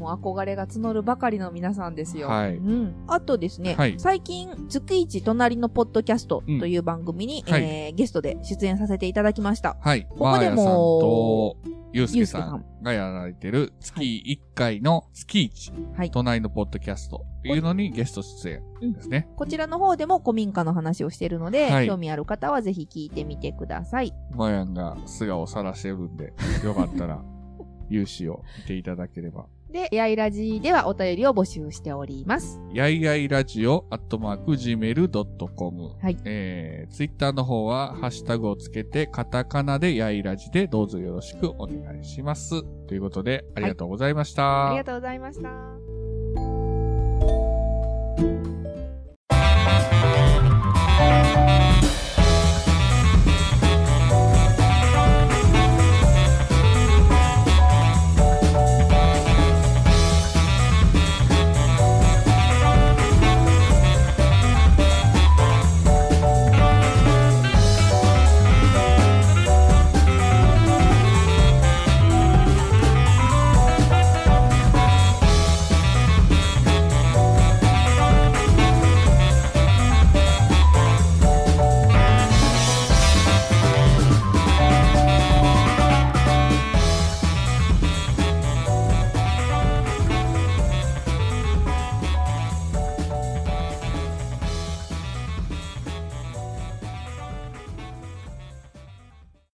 S2: もう憧れが募るばかりの皆さんですよ。
S1: はい
S2: うん。あとですね、
S1: はい
S2: 最近、月一隣のポッドキャストという番組に、
S1: うんはい
S2: えーゲストで出演させていただきました。
S1: はい。
S2: こでも
S1: マーヤさんと、ゆうすけさ
S2: ゆうん
S1: がやられてる月1回の月1、
S2: はい
S1: 隣のポッドキャストっていうのにゲスト出演ですね。
S2: こちらの方でも古民家の話をしているので、
S1: はい
S2: 興味ある方はぜひ聞いてみてください。
S1: マーヤンが素顔を晒してるんで、よかったら、 勇姿を見ていただければ。
S2: で、やいラジではお便りを募集しております。
S1: やいやいラジオ、アットマーク、gmail.com。
S2: はい
S1: えー、ツイッターの方は、ハッシュタグをつけて、カタカナでやいラジで、どうぞよろしくお願いします。ということで、ありがとうございました。
S2: ありがとうございました。